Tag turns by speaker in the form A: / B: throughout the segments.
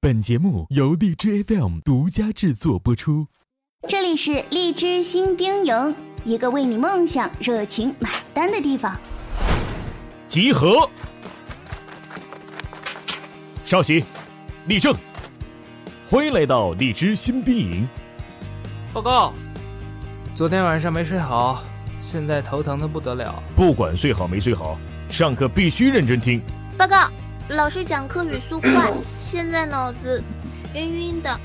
A: 本节目由荔枝 FM 独家制作播出。
B: 这里是荔枝新兵营，一个为你梦想热情买单的地方。
C: 集合！稍息，立正！欢迎来到荔枝新兵营。
D: 报告，昨天晚上没睡好，现在头疼的不得了。
C: 不管睡好没睡好，上课必须认真听。
E: 报告，老师讲课语速快，现在脑子晕晕的。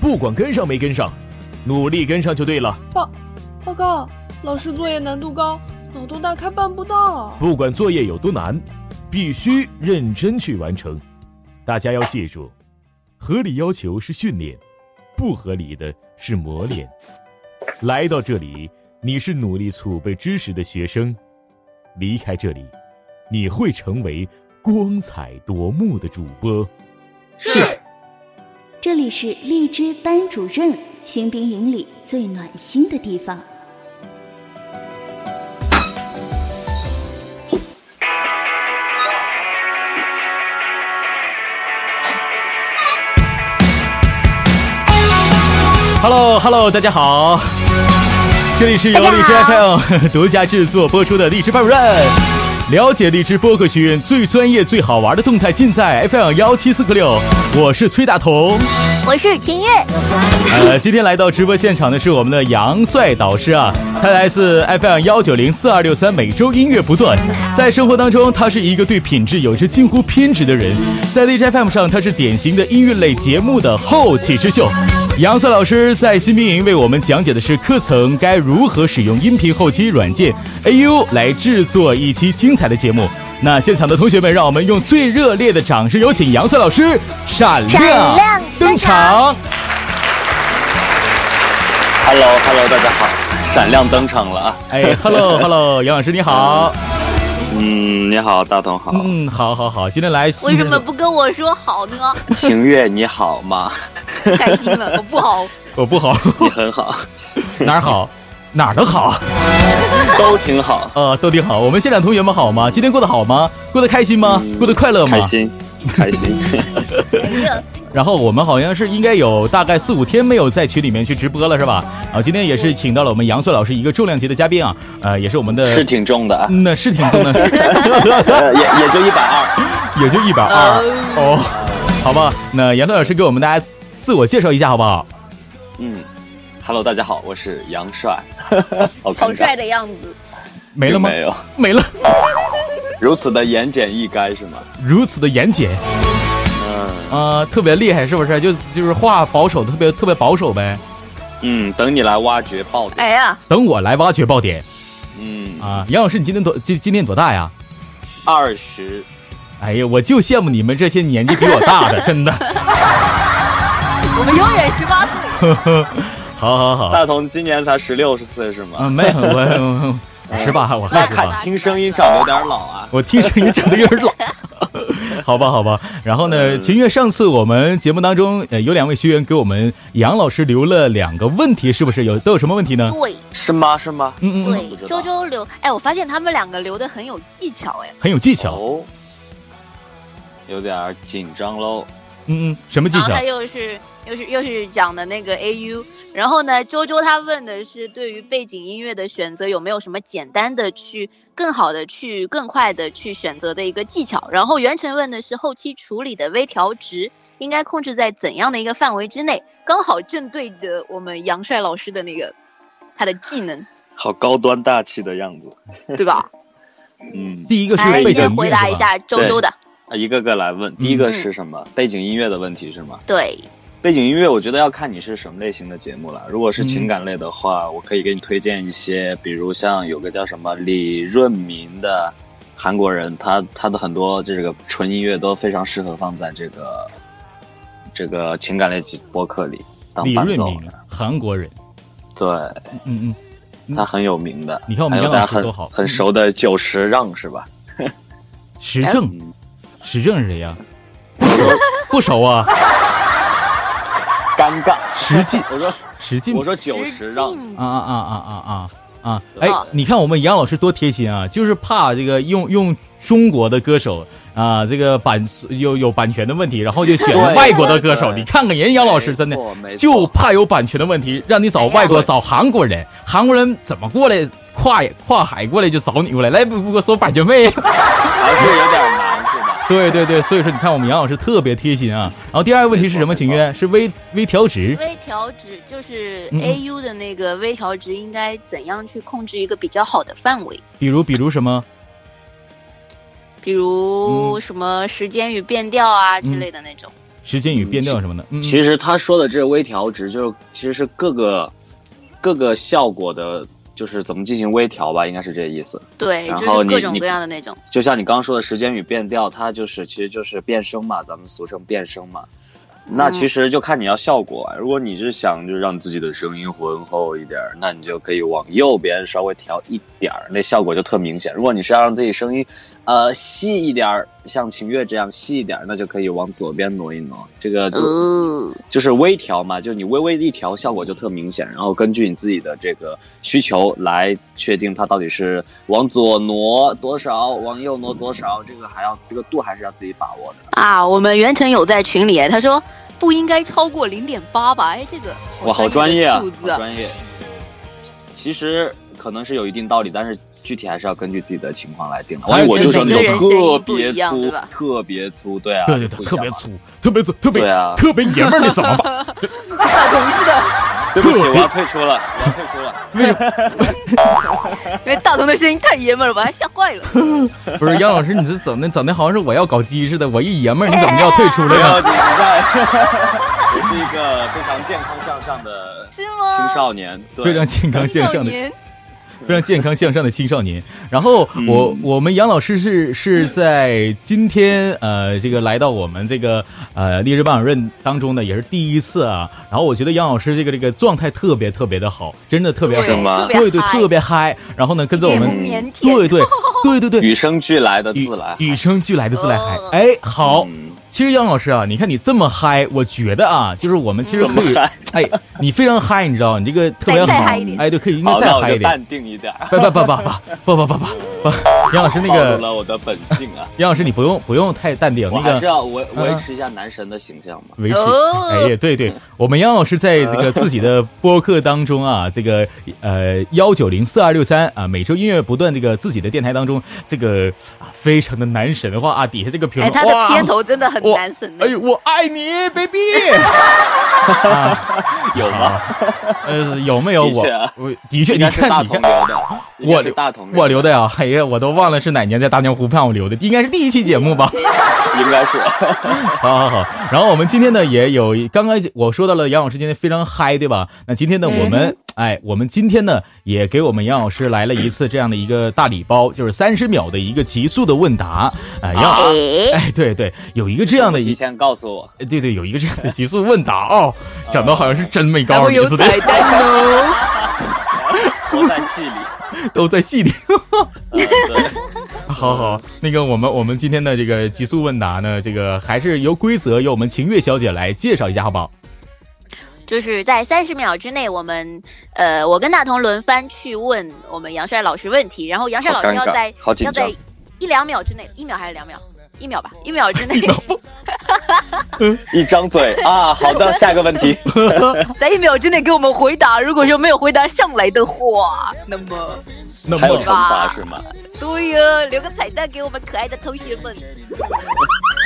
C: 不管跟上没跟上，努力跟上就对了。
F: 报报告，老师作业难度高，脑洞大开办不到。
C: 不管作业有多难，必须认真去完成。大家要记住，合理要求是训练，不合理的是磨练。来到这里，你是努力储备知识的学生；离开这里，你会成为光彩夺目的主播。
E: 是。
B: 这里是荔枝班主任新兵营里最暖心的地方。
C: Hello Hello，大家好，这里是由荔枝 FM 独家制作播出的荔枝班主任。了解荔枝播客学院最专业、最好玩的动态，尽在 FM 幺七四个六。我是崔大同，
E: 我是秦月，
C: 呃，今天来到直播现场的是我们的杨帅导师啊，他来自 FM 幺九零四二六三，每周音乐不断。在生活当中，他是一个对品质有着近乎偏执的人，在 d j FM 上，他是典型的音乐类节目的后起之秀。杨帅老师在新兵营为我们讲解的是课程该如何使用音频后期软件 AU 来制作一期精彩的节目。那现场的同学们，让我们用最热烈的掌声，有请杨帅老师闪亮
E: 闪亮
C: 登
E: 登
C: 场
E: 场。
G: h e l l o h e l l o 大家好，闪亮登场了啊！
C: 哎，Hello Hello，杨老师你好。
G: 嗯，你好，大同好，
C: 嗯，好好好，今天来
E: 为什么不跟我说好呢？
G: 晴月你好吗？
E: 开心了，我不好。
C: 我哦不好？
G: 你很好，
C: 哪儿好？哪儿都好，
G: 都挺好，
C: 呃，都挺好。我们现场同学们好吗？今天过得好吗？过得开心吗？
G: 嗯
C: 过得快乐吗
G: 开？心，开心。
E: 哎呀，
C: 然后我们好像是应该有大概四五天没有在群里面去直播了，是吧？啊，今天也是请到了我们杨穗老师一个重量级的嘉宾啊，呃，也是我们的
G: 是挺 重的啊，
C: 嗯，那是挺重的，
G: 呃也也就一百二。
C: 也就一百二哦，好吧。那杨穗老师给我们大家自我介绍一下好不好？
G: 嗯，Hello，大家好，我是杨帅，好尴尬
E: 好帅，的样子。
C: 没了吗？
G: 没有，
C: 没了，
G: 如此的言简意赅是吗？
C: 如此的严谨。
G: 嗯
C: 呃，特别厉害，是不是？就就是话保守，特别特别保守呗。
G: 嗯，等你来挖掘爆点。
E: 哎呀，
C: 等我来挖掘爆点
G: 嗯，
C: 啊！杨老师，你今年多今今年多大呀？
G: 二十，
C: 哎呀，我就羡慕你们这些年纪比我大的，真的。
E: 我们永远十八岁。
C: 好好好，
G: 大同今年才十六岁是吗？
C: 嗯，没有我十八，我
G: 那
C: 还十
G: 看
C: 八，
G: 听声音长得有点老啊。
C: 我听声音长得有点老。好吧，好吧。然后呢，秦月，上次我们节目当中，呃，有两位学员给我们杨老师留了两个问题，是不是有都有什么问题呢？
E: 对
G: 是吗？是吗？
C: 嗯嗯，嗯
G: 不知
E: 对，
G: 道
E: 周周留，哎，我发现他们两个留的很有技巧，哎，
C: 很有技巧。
G: 哦，有点儿紧张喽。
C: 嗯嗯，什么技
E: 然后
C: 巧
E: 他？又是又是又是讲的那个 AU，然后呢，周周他问的是对于背景音乐的选择有没有什么简单的去更好的去更快的去选择的一个技巧，然后袁晨问的是后期处理的微调值应该控制在怎样的一个范围之内，刚好正对着我们杨帅老师的那个他的技能，
G: 好高端大气的样子。
E: 对吧？
G: 嗯，啊
C: 第一个是
E: 来，
C: 背景
E: 先
C: 音乐
E: 回答
C: 是
E: 一
C: 吧
E: 下周周的，
G: 一个个来问。
C: 嗯
G: 第一个是什么？背景音乐的问题是吗？
E: 对，
G: 背景音乐，我觉得要看你是什么类型的节目了。如果
C: 嗯
G: 是情感类的话，我可以给你推荐一些，比如像有个叫什么李润民的韩国人，他他的很多这个纯音乐都非常适合放在这个这个情感类播客里当
C: 李
G: 伴
C: 润
G: 奏。
C: 民，啊韩国人。
G: 对
C: 嗯嗯，
G: 他很有名的。
C: 你看我们
G: 还有
C: 杨老
G: 大家
C: 师
G: 很
C: 多好
G: 很熟的久石让是吧？
C: 时政，
G: 嗯，
C: 时政是谁呀？ 不熟啊，
G: 尴尬。
C: 石进，
G: 我说
C: 石进
G: 我。说久
E: 石
G: 石让，
E: 进
C: 啊啊啊啊啊
E: 哦
C: 啊！哎
G: 对，
C: 你看我们杨老师多贴心啊，就是怕这个用用中国的歌手，啊，这个版有有版权的问题，然后就选了
G: 对
C: 外国的歌手。
G: 对
C: 你看看人杨老师真的
G: 没错没错
C: 就怕有版权的问题，让你找外国
E: 哎呀
C: 找韩国人，韩国人怎么过来跨跨海过来就找你过来，来不不给我收版权 费。
G: 还是有点难，是吧？
C: 对对对，所以说你看我们杨老师特别贴心啊。然后第二个问题是什么？
G: 没错
C: 请
G: 没
C: 约是微微调值。
E: 微调值就是
C: 嗯
E: A U 的那个微调值，应该怎样去控制一个比较好的范围？
C: 比如比如什么？
E: 比
G: 嗯
E: 如什么时间与变调啊之类的那种。
C: 时间与变调什么的，嗯，
G: 其实他说的这个微调值，就是其实是各个各个效果的，就是怎么进行微调吧，应该是这个意思。
E: 对，
G: 然
E: 就
G: 后
E: 是
G: 你
E: 各种
G: 你
E: 各样的那种。
G: 就像你刚刚说的时间与变调，它就是其实就是变声嘛，咱们俗称变声嘛。那其实就看你要效果，啊如果你是想就让自己的声音浑厚一点儿，那你就可以往右边稍微调一点儿，那效果就特明显。如果你是要让自己声音，呃细一点儿，像秦月这样细一点儿，那就可以往左边挪一挪。这个就、
E: 哦，
G: 就是微调嘛，就你微微一调，效果就特明显。然后根据你自己的这个需求来确定它到底是往左挪多少，往右挪多少，这个还要这个度还是要自己把握的。
E: 啊，我们袁晨有在群里，哎他说不应该超过零点八吧？哎，这个
G: 哇，好专业
E: 的
G: 啊
E: 数，字
G: 好专业。其实可能是有一定道理，但是具体还是要根据自己的情况来定的。
C: 还
G: 万
C: 有
G: 一我
C: 就
G: 就是是
C: 每
G: 那
C: 个
E: 人声
G: 种
E: 音
G: 特
E: 不
G: 别
E: 一样
G: 粗
E: 对吧，
G: 特别粗，对啊，
C: 对对对，
G: 就不一
C: 特
G: 样
C: 别
G: 嘛。
C: 粗，特别粗，特别
G: 对啊
C: 特别爷们儿，你怎么 办？
E: 大同志的，
G: 对 不起，
C: 特别
G: 我要退出了，我要退出了。
E: 因为大同的声音太爷们儿了，把他吓坏 了。
C: 不是杨老师，你这整的整的好像是我要搞基似的，我一爷们儿，你怎么就要退 出了
G: 没有，
C: 呀？
G: 你在， 我是一个非常健康向上的
E: 是吗？
G: 青少年，对
C: 非 常健康向上的，
E: 年
C: 非常健康向上的青少年。然后我、
G: 嗯
C: 我们杨老师是是在今天呃这个来到我们这个呃励志棒任当中呢，也是第一次啊。然后我觉得杨老师这个这个状态特别特别的好，真的特别
G: 是
C: 好，
G: 吗
E: 特别
C: 对对，
E: 嗨
C: 特别嗨。然后呢，跟着我
E: 也不
C: 们，
E: 腼腆，
C: 对 对对对对，
G: 与生俱来的自来
C: 与生俱来的自来嗨
E: 哦。
C: 哎，好。
G: 嗯
C: 其实杨老师啊，你看你这么嗨，我觉得啊，就是我们其实可以
G: 这么嗨，
C: 哎，你非常嗨，你知道，你这个特别
E: 再再
C: 好
E: 嗨一，点
C: 哎，对，可以应该
G: 好，
C: 再
G: 那我
C: 嗨一
G: 就
C: 点。
G: 淡定一点儿，
C: 不不不不不不不不不不，杨老师那
G: 暴露
C: 个
G: 了我的本性 啊！
C: 杨老师，你不用不用太淡定，
G: 我
C: 那
G: 还是
C: 个嗯
G: 要维维持一下男神的形象嘛。
C: 维持。
E: 哦
C: 哎呀，对对，我们杨老师在这个自己的播客当中啊，这个呃幺九零四二六三啊，每周音乐不断这个自己的电台当中，这个啊非常的男神话啊，底下这个评
E: 哎，
C: 论
E: 他的
C: 哇
E: 片头真的很
C: 哇
E: 难审
C: 哎
E: 的。
C: 呦，我爱你，baby。
G: 有吗？
C: 呃，有没有
G: 的
C: 我
G: 确啊？
C: 我的确，
G: 应
C: 你
G: 该是大
C: 看，你
G: 同
C: 看
G: 流，的，应该
C: 我
G: 是
C: 留
G: 大同
C: 我留的呀， 哎呀，我都忘了是哪年在大江湖畔我留的，应该是第一期节目吧。
G: 应该是
C: 好好好，然后我们今天呢也有刚刚我说到了杨老师今天非常嗨，对吧？那今天呢我
E: 嗯
C: 们、哎，我们今天呢也给我们杨老师来了一次这样的一个大礼包，就是三十秒的一个极速的问答。哎，杨、
E: 哎，
C: 哎，对对，有一个 这样的
G: 提
C: 一
G: 前告诉 我，
C: 对对，有一个这样的极速问答哦，整的好像是真没告
E: 然
C: 诉
E: 后
C: 你
E: 有
C: 似的，
E: 彩蛋哦。
G: 都在戏里。
C: 都在戏里。
G: 嗯对
C: 好好，那个我们我们今天的这个极速问答呢，这个还是由规则由我们秦月小姐来介绍一下，好不好？
E: 就是在三十秒之内，我们呃，我跟大同轮番去问我们杨帅老师问题，然后杨帅老师
G: 好尴
E: 要
G: 尬
E: 在
G: 好紧
E: 要
G: 张
E: 在一两秒之内，一秒还是两秒？一秒吧， 一秒之内，
G: 一张嘴啊，好的，下一个问 题。
E: 在一秒之内给我们回答。如果说没有回答上来的话，那么
C: 那
G: 还有
C: 么
G: 惩罚是吗？
E: 对呀、留个彩蛋给我们可爱的同学们。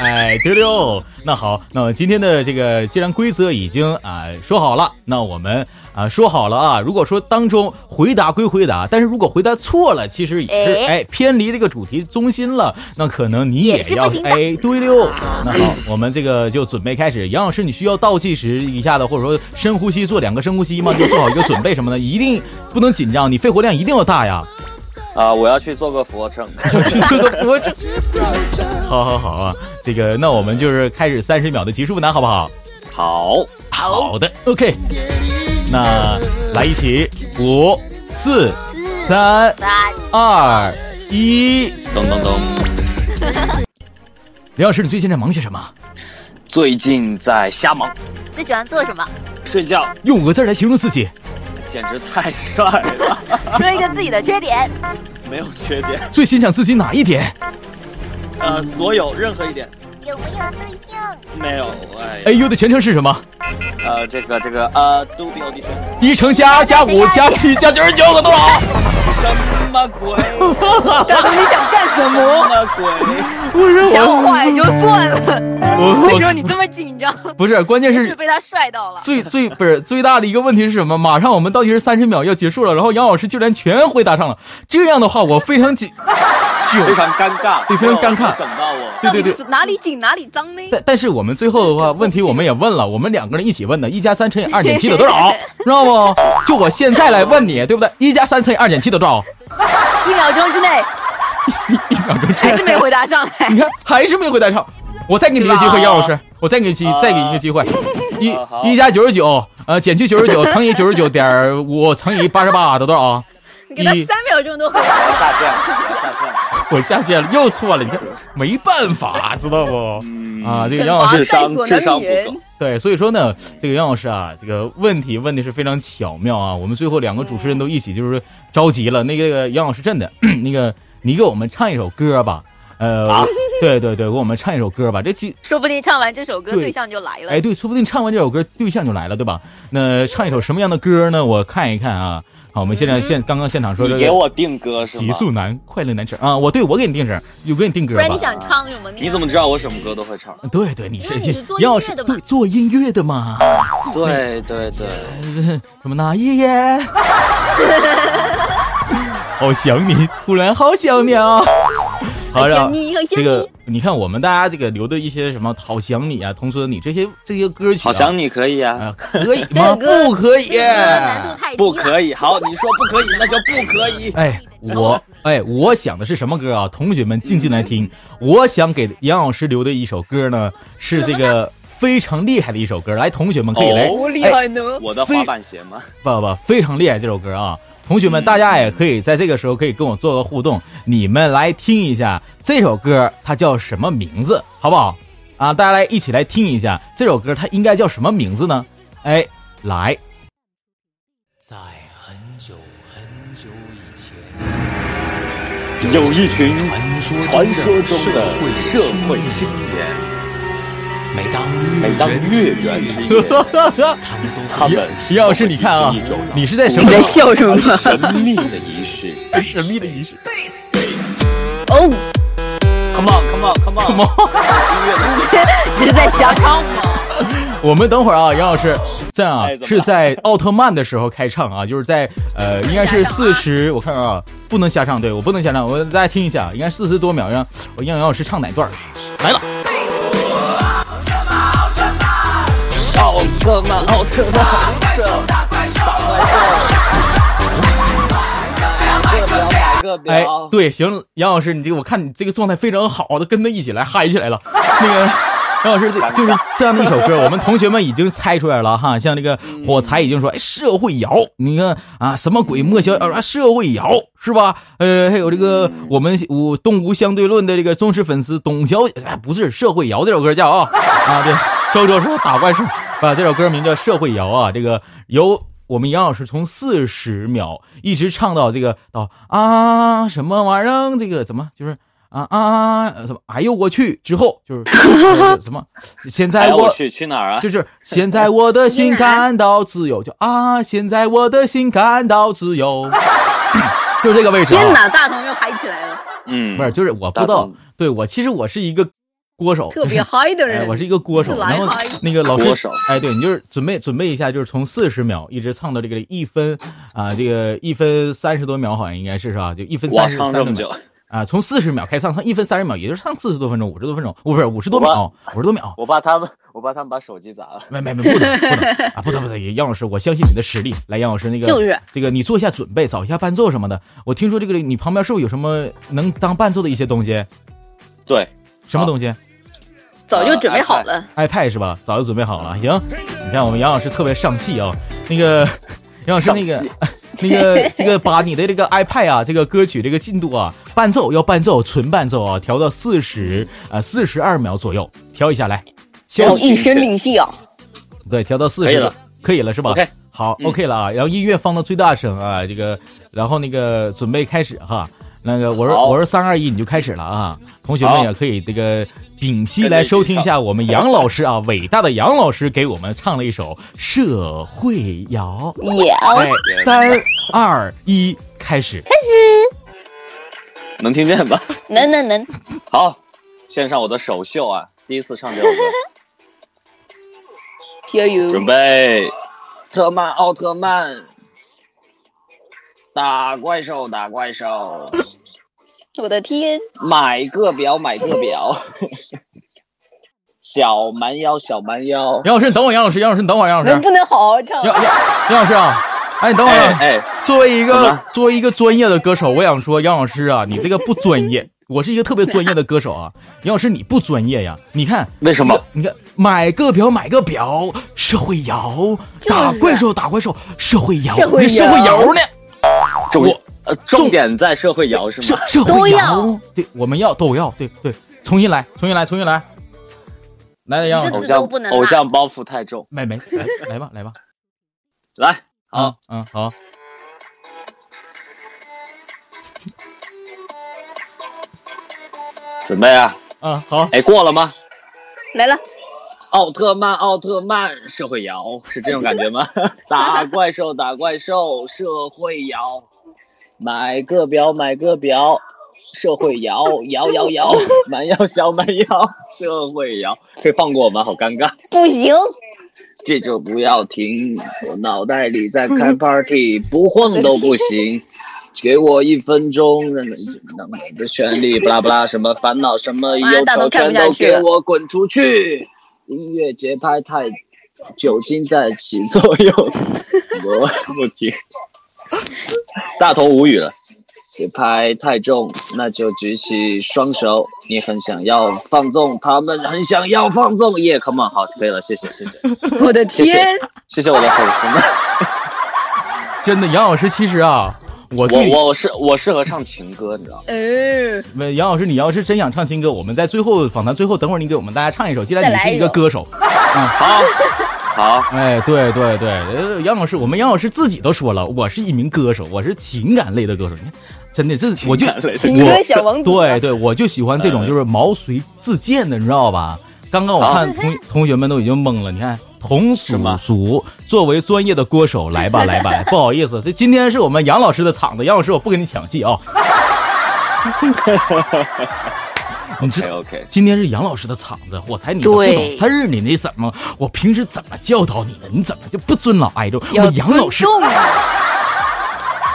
C: 哎，对溜。那好，那么今天的这个既然规则已经啊、说好了，那我们啊、说好了啊，如果说当中回答归回答，但是如果回答错了，其实也是
E: 哎
C: 哎偏离这个主题中心了，那可能你
E: 也是不
C: 要
E: 行的
C: 哎对溜。 那好，我们这个就准备开始。杨老师，你需要倒计时一下的，或者说深呼吸做两个深呼吸吗？就做好一个准备什么的，一定不能紧张，你肺活量一定要大呀。
G: 啊，我要去做个俯 卧撑。
C: 这个不这，好好好啊，这个那我们就是开始三十秒的极速问答，好不好？
G: 好，
C: 好的，OK。那来一起，五、四、三、
E: 三
C: 二、一。
G: 咚咚咚。
C: 刘老师，你最近在忙些什么？
G: 最近在瞎忙，
E: 最喜欢做什么？
G: 睡觉
C: 用五个字来形容自己。
G: 简直太帅了，
E: 说一个自己的缺点。
G: 没有缺点。
C: 最欣赏自己哪一点？
G: 呃，所有任何一点
H: 有没有对象？
G: 没有，哎呀，
C: ，AU 的全称是什么？
G: 呃，这个这个呃，do be audition，
C: 一乘加加五加七加九十九，可多好！
G: 什么鬼？
E: 大啊哥，你想干什
G: 什
E: 么？
G: 么鬼？
E: 想坏就算了， 为什
C: 我
E: 么你这么紧张？
C: 我不是，关键
E: 是不是
C: 是
E: 被他帅到了？
C: 最最不是最大的一个问题是什么？马上我们倒计时三十秒要结束了，然后杨老师居然全回答上了，这样的话我非常紧，
G: 非常尴尬，
C: 对非常尴尬
G: 整到我。
C: 对对对
E: 到底。是哪里紧哪里脏呢？
C: 但但是我们最后的话，问题我们也问了，我们两个人一起问的，一加三乘以二减七等于多 少？知道不？就我现在来问你，对不对？一加三乘以二减七等于多少？
E: 一秒钟 之内
C: 一秒钟之
E: 还
C: 内
E: 是没回答上
C: 你
E: 来。
C: 看还是没有回答上，我再给你一个机会，
G: 是吧
C: 杨老师，我再给你机
G: 啊
C: 再给你一个 机会，一
G: 啊好
C: 一加九十九，呃，减去九十九乘以九十九点五乘以八十八等于多少啊？
E: 你 给他
C: 一
E: 三秒钟都回
G: 我
E: 答。
G: 要下线了，我
C: 我
G: 要下线了。
C: 下线了，又错了，你看没办法，知道不？
G: 嗯
C: 啊，这个
E: 惩
C: 杨老
E: 罚
C: 师
E: 在
G: 智商
E: 所
G: 智商
E: 难
G: 不
E: 免
G: 够。
C: 对，所以说呢，这个杨老师啊，这个问题问的是非常巧妙啊。我们最后两个主持人都一起就是着急了，那个杨老师真的， 那个你给我们唱一首歌吧，呃，
G: 啊
C: 对对对，给我们唱一首歌吧，这期
E: 说不定唱完这首歌，
C: 对
E: 对象就来了。
C: 哎，对，说不定唱完这首歌，对象就来了，对吧？那唱一首什么样的歌呢？我看一看啊。好，我们现在现刚刚现场说这
G: 嗯你
C: 个
G: 给我定歌是吗？
C: 极速男、快乐男神啊，我对我给你定制，我给你定歌
E: 不
C: 吧
E: 然你。想唱什么呢？哎
G: 你怎么知道我什么歌都会唱？
C: 嗯对对，你是
E: 因为你是做
C: 要
E: 音
C: 是
E: 乐的嘛
C: 对做音乐的嘛，
G: 对对对，
C: 什么那一夜， 好想你，突然好想你 啊！好，
E: 哎
C: 然
E: 呀
C: 后
E: 你好
C: 这
E: 像
C: 个
E: 你
C: 你看我们大家这个留的一些什么“好想你”啊，“同桌你”这些这些歌曲、啊，
G: 好想你可以啊，
C: 啊，可 以吗？
E: 这个
C: 不可以，
E: 这个难度太低了
G: 不可以。好，你说不可以，那就不可以。
C: 哎，我哎，我想的是什么歌啊？同学们静静来
E: 嗯
C: 听，我想给杨老师留的一首歌呢，是这个非常厉害的一首歌。来，同学们可以来，
G: 哦
C: 哎，
E: 呢？
G: 我的
C: 非
G: 滑板鞋吗？
C: 不不，非常厉害这首歌啊！同学们，大家也可以在这个时候可以跟我做个互动，你们来听一下这首歌它叫什么名字，好不好？啊，大家来一起来听一下这首歌它应该叫什么名字呢？哎，来，
D: 在很久很久以前，
G: 有一群
D: 传说
G: 传说中的社会青年，
D: 每当
G: 每当月圆之夜，
D: 他们都
G: 他们
C: 徐老师，你看啊
G: 都会进行一种，
C: 你是在什
E: 你
C: 么
E: 在笑什么？
G: 神秘的仪式。
C: 神秘的仪式？
E: 哦，
G: Come on, come on, come on！音乐的节奏
E: 这是在瞎唱吗？
C: 我们等会儿啊，杨老师，这样啊
G: 哎怎么了
C: 是在奥特曼的时候开唱啊，就是在呃，应该是四十，我看看啊，不能瞎唱，对我不能瞎唱，我大家听一下，应该四十多秒，让我让杨老师唱哪段儿？来了，
G: 奥特曼，奥特曼，打怪兽，打怪兽，个表，打个
C: 哎
G: 表，，
C: 对，行，杨老师，你这个我看你这个状态非常好的，跟他一起来嗨起来了，那个。 杨老师，这就是这样的一首歌，我们同学们已经猜出来了哈，像这个火柴已经说，哎，社会摇，你看啊，什么鬼莫小啊，社会摇是吧？呃，还有这个我们我东吴相对论的这个忠实粉丝董小姐，哎，不是社会摇这首歌叫啊啊，对，周周说打怪兽，啊， 这首歌名叫社会摇啊，这个 由我们杨老师从四十秒一直唱到这个到啊什么玩意儿，这个怎么就是。啊啊！呃什么？哎呦我去！之后就是就是什么？现在
G: 哎，
C: 我
G: 我去，去哪儿啊？
C: 就是现在我的心
E: 你来
C: 感到自由，就啊！现在我的心感到自由，就是这个位置
E: 天
C: 啊。
E: 哪，大同又嗨起来了，
G: 嗯，
C: 不是，就是我不知
G: 大
C: 道
G: 同，
C: 对我其实我是一个锅手，
E: 特别
C: 就是
E: 嗨的
C: 哎，
E: 人。
C: 我是一个歌手，
E: 来
C: 然后
E: 吧
C: 那个老
G: 歌
C: 师
G: 手，
C: 哎，对你就是准备准备一下，就是从四十秒一直唱到这个一分啊、这个一分三十多秒，好像应该是是吧？就一分
G: 我
C: 三十
G: 唱
C: 三
G: 这
C: 十
G: 么
C: 秒
G: 久，
C: 啊、从四十秒开唱，唱一分三十秒，也就是唱四十多分钟，五十多分钟，不是五十多秒，五十多秒。
G: 我怕他们，我怕他们把手机砸了。
C: 没没没，不能不能啊！不能不能，杨老师，我相信你的实力。来，杨老师，那个
E: 就是
C: 这个，你做一下准备，找一下伴奏什么的。我听说这个你旁边是不是有什么能当伴奏的一些东西？
G: 对，
C: 什
G: 啊
C: 么东西？
E: 早就准备好了。
C: iPad 哎是吧？早就准备好了。行，你看我们杨老师特别上戏啊、那个， 杨老师那个
G: 上戏
C: 那个这个把你的这个 iPad 啊，这个歌曲这个进度啊，伴奏要伴奏纯伴奏啊，调到四十啊四十二秒左右，调一下来。消
E: 我
C: 息
E: 一身领戏啊！
C: 对，调到四
G: 可以
C: 十
G: 了，
C: 可以了是吧
G: OK
C: 好
G: 嗯
C: ，OK 了啊。然后音乐放到最大声啊，这个，然后那个准备开始哈。那个我是
G: 好
C: 我是三二一，你就开始了啊！同学们
G: 好
C: 也可以这个屏息来收听一下我们杨老师啊，伟大的杨老师给我们唱了一首社会摇。
E: 也
C: 哎，三二一，开始！
G: 能听见吧？
E: 能能能，
G: 好，献上我的首秀啊！第一次唱这首歌，
E: 加油！
G: 准备，特曼奥特曼，打怪兽，打怪兽，
E: 我的天，
G: 买个表，买个表， 小蛮腰，小蛮腰，
C: 杨老师，你等我，杨老师，杨老师，你等我，杨老师
E: 能，不能好 好唱？
C: 杨杨杨老师啊，哎，你等我啊。
G: 哎哎，
C: 作为一
G: 怎么
C: 个
G: 了
C: 作为一个专业的歌手，我想说杨老师啊，你这个不专业。我是一个特别专业的歌手啊，杨老师你不专业呀？你看
G: 为什么
C: 这个你看买个表买个表，社会摇
E: 就是
C: 打怪兽打怪兽，社会摇
E: 社会摇
C: 你社会摇呢？
G: 重
C: 我
G: 呃重点在社会摇是
C: 社
G: 吗？
C: 社
E: 都
C: 会摇
E: 要，
C: 对，我们要都要，对对，重新来，重新来，重新来，来了杨老
E: 这
C: 师，
G: 偶
E: 个
G: 像
E: 都不能
G: 偶
E: 落
G: 像包袱太重，
C: 没没来来吧来吧，
G: 来，
C: 啊
G: 好，
C: 嗯好，
G: 准备啊！
C: 嗯好，
G: 哎，过了吗？
E: 来了，
G: 奥特曼，奥特曼，社会摇是这种感觉吗？打怪兽，打怪兽，社会摇，买个表，买个表，社会摇，摇摇摇，蛮腰小蛮腰，社会摇，可以放过我吗？好尴尬，
E: 不行，
G: 这就不要停，我脑袋里在开 party，不晃都不行。给我一分钟，让让我的权利，巴拉巴拉，什么烦恼，什么忧
E: 妈呀大
G: 愁，
E: 头看
G: 全
E: 不下
G: 都
E: 去
G: 给
E: 了
G: 我滚出去！音乐节拍太，酒精在起作用，我不听。大头无语了，节拍太重，那就举起双手。你很想要放纵，他们很想要放纵。耶、yeah,，come on，好，可以了，谢谢，谢谢，
E: 我的
G: 谢谢，谢谢我的粉丝们。
C: 真的杨老师其实啊，我
G: 我
C: 对
G: 我我是我适合唱情歌，你知道吗？
E: 嗯，
C: 没杨老师，你要是真想唱情歌，我们在最后访谈最后，等会儿你给我们大家唱一首。既然
E: 再
C: 你
E: 来
C: 是
E: 一
C: 一个
E: 首
C: 歌手，
G: 好，好，
C: 哎，对对对，呃杨老师，我们杨老师自己都说了，我是一名歌手，我是情感类的歌手。你看，真的，这我就
G: 类的哎
E: 情歌
C: 我
E: 小王子
C: 对对，我就喜欢这种就是毛遂自荐的，你知道吧？刚刚我看 同同学们都已经懵了，你看。同
G: 啊是
C: 属
G: 吗
C: 属作为专业的歌手，来吧来吧，不好意思，这今天是我们杨老师的场子，杨老师我不跟你抢戏 啊。你知
G: OK 哎 OK，
C: 今天是杨老师的场子，我才你都不
E: 对
C: 懂事儿呢，你怎么？我平时怎么教导你的？你怎么就不尊老爱幼？我
E: 要
C: 杨老师
E: 尊重啊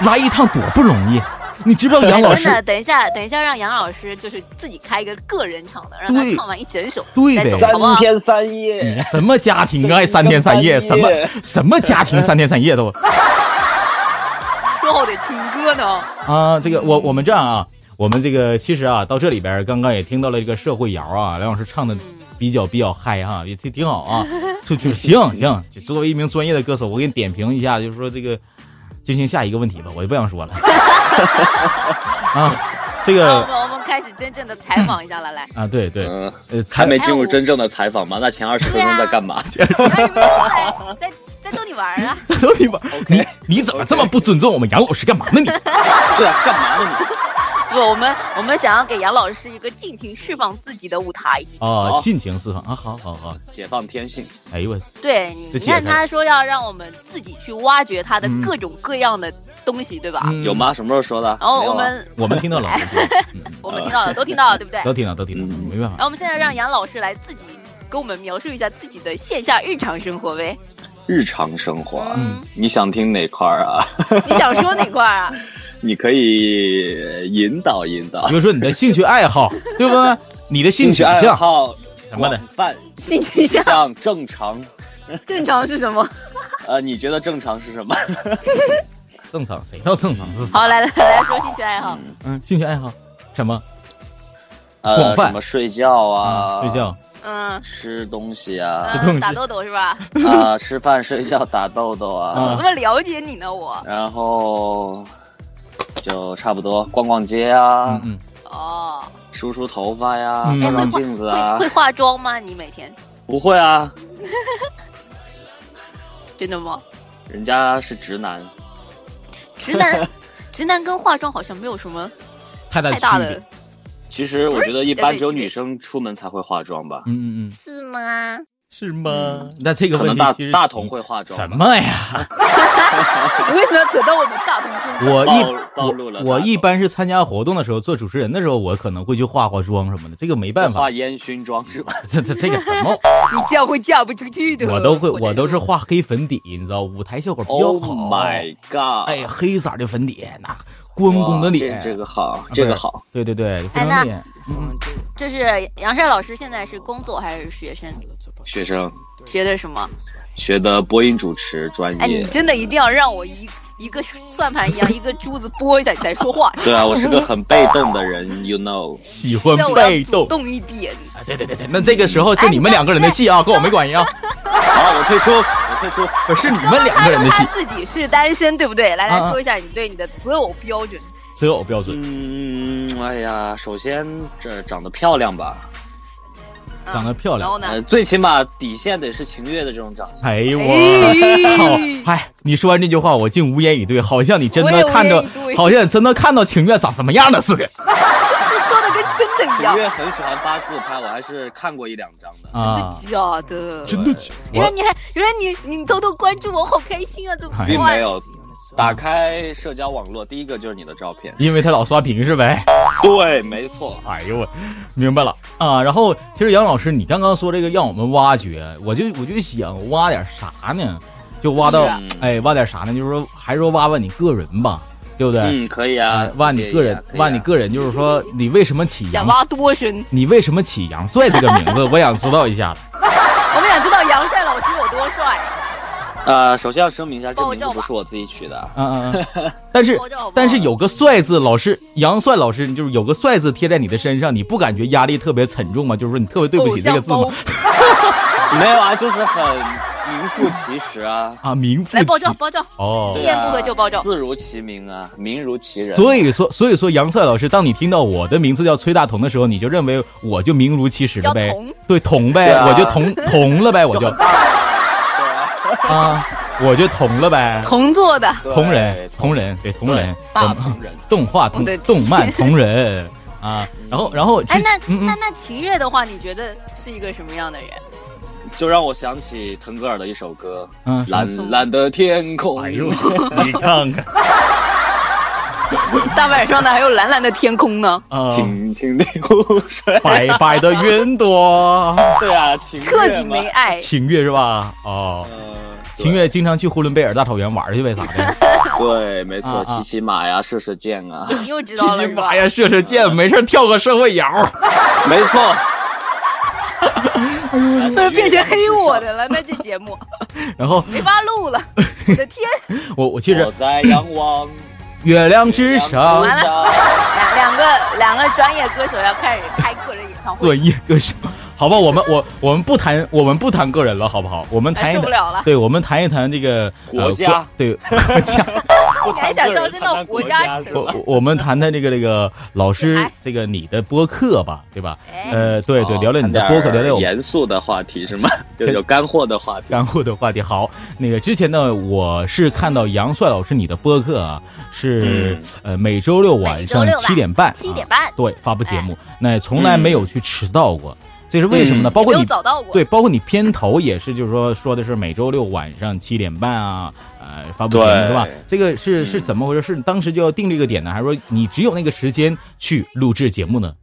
C: 来一趟多不容易，你知不知道杨老
E: 哎真的，
C: 师？
E: 等一下，等一下，让杨老师就是自己开一个个人场的，让他
C: 对
E: 唱完一整首，
C: 对
E: 再
C: 呗
E: 走好不
G: 三
E: 好？
G: 天三
C: 你
G: 夜，
C: 什么家庭啊？
G: 真是
C: 三天三夜，
G: 个
C: 什
G: 半
C: 么
G: 夜
C: 什么家庭三天三夜都
E: 说好的情歌呢？
C: 啊？这个我我们这样啊，我们这个其实啊，到这里边儿刚刚也听到了这个社会摇啊，梁老师唱的比较比较嗨哈、也挺挺好啊， 就就行行，就作为一名专业的歌手，我给你点评一下，就是说这个进行下一个问题吧，我就不想说了 啊，这
E: 那我
C: 个，
E: 们我们开始真正的采访一下了，来
C: 啊对对，
G: 嗯，
C: 呃，
G: 还
C: 才
G: 没进入真正的采访吗？那前二十分钟在干嘛？
E: 哎你们过来在在逗你玩 儿啊？
C: 都你妈，你你怎么这么不尊重我们杨老师干嘛呢你？
G: 对 啊，干嘛呢你？
E: 不，我们我们想要给杨老师一个尽情释放自己的舞台。
C: 啊，
G: 好
C: 尽情释放啊，好好好，
G: 解放天性，
C: 哎呦我，
E: 对，
C: 这
E: 你
C: 解
E: 看
C: 开
E: 他说要让我们自己去挖掘他的
C: 嗯
E: 各种各样的东西，对吧？
C: 嗯
G: 有？吗？什么时候说的？
E: 然后
G: 没有
E: 哦我
G: 啊
E: 们
C: 我们听 到了，嗯嗯
E: 我们听到了，都听到了，对不对？
C: 都听到，都听到，
G: 嗯
C: 没办法
E: 然。后我们现在让杨老师来自己给我们描述一下自己的线下日常生活呗。
G: 日常生活啊，
E: 嗯，
G: 你想听哪块儿啊？
E: 你想说哪块儿 啊？
G: 你可以引导引导
C: 比，如说你的兴趣爱 好，对吧？你的性取
G: 爱
C: 向
G: 好
C: 什么的，
G: 广泛
E: 性取向
G: 像正常。
E: 正常是什么？
G: 呃，你觉得正常是什么？
C: 正常，谁都正常是啥？
E: 好，来来来说兴趣爱好，
C: 嗯，兴趣爱好什么？
G: 呃
C: 广泛
G: 什么睡觉啊，
C: 睡觉，
E: 嗯。
G: 吃东西啊，
E: 嗯，打豆豆是吧？
G: 啊，吃饭、睡觉、打豆豆
E: 我怎
G: 啊，
E: 么这么了解你呢？我
G: 然后就差不多逛逛街啊
C: 嗯，嗯，
E: 哦，
G: 梳梳头发呀，
C: 嗯
G: 照照镜子啊
E: 会会，化妆吗？你每天
G: 不会啊，
E: 真的吗？
G: 人家是直男，
E: 直男，直男跟化妆好像没有什么
C: 太大的
E: 太
C: 区
E: 大
C: 别
E: 了，，
G: 其实我觉得一
E: 对
G: 般
E: 对
G: 只有
E: 区别
G: 女生出门才会化妆吧，
C: 嗯嗯嗯，
E: 是吗？
C: 是吗？那这个
G: 可
C: 问
G: 能
C: 题
G: 大
C: 其实
G: 大
C: 挺
G: 同会化妆吧。
C: 什么呀？
E: 你为什么要扯到我们大同婚？
C: 我
G: 暴
C: 一
G: 暴露了
C: 我我
G: 大
C: 一
G: 头
C: 般是参加活动的时候做主持人的时候，我可能会去化化妆什么的，这个没办
G: 化
C: 法，
G: 烟熏妆 是吧？
C: 这这这个什 么
E: 你这样会嫁不出去的。
C: 我都会，
E: 跟你
C: 我都是
E: 说
C: 画黑粉底，你知道，舞台效果比较
G: Oh
C: 好。
G: my god！
C: 哎，黑色的粉底，那关公的
G: 哇
C: 脸，
G: 这这个好
C: 啊，
G: 这个好。，
C: 不是对对对，非常
E: 哎那
C: 脸。嗯
E: 就是杨帅老师现在是工作还是学生？
G: 学生
E: 学的什么？
G: 学的播音主持专
E: 哎，你
G: 业，
E: 真的一定要让我一一个算盘一样，一个珠子拨一下你才说话。
G: 对啊，我 是个很被动的人，you know。
C: 喜欢
E: 要我要
C: 被
E: 主
C: 动。
E: 动一点。
C: 啊对对对对，那这个时候是你们两个人的
E: 哎
C: 戏啊，跟我没关系啊，
G: 好，我退出，我退出。
C: 不是你们两
E: 他
C: 个人
E: 说
C: 的
E: 他
C: 戏，
E: 自己是单身，对不对？来来
C: 啊啊
E: 说一下你对你的择偶标准。
C: 择偶标准，
G: 嗯，哎呀，首先这长得漂亮吧，
E: 嗯
C: 长得漂
E: 然
C: 亮
E: 后。
G: 呃，
E: 呢？
G: 最起码底线得是秦月的这种长相。
C: 哎呦我。
E: 哎
C: 好，哎，你说完这句话，我竟无言以对，好像你真
E: 我
C: 的
E: 也无
C: 看着
E: 言以，对
C: 好像你真的看到情愿长什么样了似的
E: 这说的跟
C: 哎
E: 真的一
G: 秦
E: 样，
G: 月很喜欢八字拍，我还是看过一两张的。
C: 啊！
E: 假的。
C: 真的
E: 原来
C: 我
E: 你还，原来你你偷偷关注我，好开心啊！怎么
C: 哎
G: 并
E: 哇
G: 没有，打开社交网络，第一个就是你的照片。
C: 因为他老刷屏是呗。
G: 对，没错。
C: 哎呦我，明白了啊。然后其实杨老师，你刚刚说这个让我们挖掘，我就我就想挖点啥呢？就挖到
E: 嗯
G: 真的
C: 哎，挖点啥呢？就是说，还是说挖挖你个人吧，对不对？
G: 嗯，可以啊
C: 哎。挖
G: 不
C: 你
G: 介意
C: 个人
G: 啊，可以啊
C: 挖你个人，就是说你为什么起
E: 想
C: 杨，
E: 挖多深？
C: 你为什么起杨帅这个名字？ 我想知道一下子。
E: 我们想知道杨帅老师有多帅。
G: 呃，首先要声明一下，这
E: 帮我
G: 名字
E: 照
G: 不
E: 吧
G: 是我自己取的。
C: 嗯嗯 嗯。但是
E: 包着好不好
C: 但是有个帅字，老师杨帅老师，就是有个帅字贴在你的身上，你不感觉压力特别沉重吗？就是说你特别对不
E: 偶
C: 起这
E: 像
C: 个字
E: 包
C: 吗？
E: 袱，
G: 没有啊，就是很名副其实 啊。
C: 啊，名副
E: 来
C: 其
E: 爆照爆照，
C: 哦。
E: 一言不合就爆照。
G: 字如其名啊，名如其人。
C: 所以说，所以说，杨帅老师，当你听到我的名字叫崔大同的时候，你就认为我就名如其实了
E: 叫
C: 呗？
E: 同，
C: 对，同呗，
G: 对啊
C: 我就同同了呗，我 就啊，我就同了呗，
E: 同做的，
G: 对
C: 同人，同人，对，同人，
G: 大
C: 我们
G: 同人。
C: 动画同
E: 我的天
C: 动漫同人啊。然后，然后之，
E: 哎，那
C: 嗯
E: 那
C: 嗯，
E: 那秦月的话，你觉得是一个什么样的人？
G: 就让我想起腾格尔的一首歌
C: 嗯
G: 《蓝蓝的天空》。
C: 哎 呦，你看看
E: 大晚上的还有蓝蓝的天空呢，
C: 啊，
G: 轻轻的湖 水。
C: 白白的云朵，
G: 对啊，情
E: 彻底
G: 愿嘛
E: 没。爱。
C: 秦月是吧？哦，
G: 呃
C: 秦月经常去呼伦贝尔大草原玩去呗，咋的？
G: 对，没错，
C: 啊啊
G: 骑骑马呀，射射箭啊，
E: 你又知
C: 骑
E: 道了
C: 骑
E: 是吧
C: 马？呀，射射箭，没事儿跳个社会摇。
G: 没 错。
C: 哎
E: 怎么 变成黑我的了？那这节目
C: 然后
E: 没法 录了，我的天！
C: 我我其实
G: 我在仰望
C: 月亮之上
E: 月，亮两两个两个专业歌手要开始开个人演唱会，
C: 作业歌手，好吧，我们我我们不谈我们不谈个人了，好不好？我们
E: 哎
C: 谈一
E: 受不
C: 谈，
E: 了了。
C: 对，我们谈一谈这个
G: 国家
C: 对国家，
G: 不
E: 还
G: 谈
E: 想
G: 个人
E: 上升到
G: 谈谈
E: 国
G: 国
E: 家
G: 家
E: 去
G: 是
E: 了
G: 吧？
C: 我我们谈谈这个这个老师
E: 哎
C: 这个你的播客吧，对吧？
E: 哎
C: 呃，对对，
G: 哦
C: 聊聊你的
G: 谈
C: 播
G: 点
C: 客，
G: 儿
C: 聊聊我们
G: 严肃的话题 是吗？有有干货的话题。
C: 干货的话题。好，那个之前呢，我是看到杨帅老师你的播客啊，是、呃每周六晚上
E: 嗯每周六晚
C: 七点半，
E: 七点
C: 啊、
E: 半，嗯
C: 对发布节目，那从来没有去迟到过，这是为什么呢？包
E: 没
C: 括
E: 有
C: 你
E: 找到我。
C: 对，包括你片头也是，就是说说的是每周六晚上七点半啊，呃，发布节目
G: 对
C: 是吧？这个是
G: 嗯
C: 是怎么回事？是当时就要定这个点呢，还是说你只有那个时间去录制节目呢？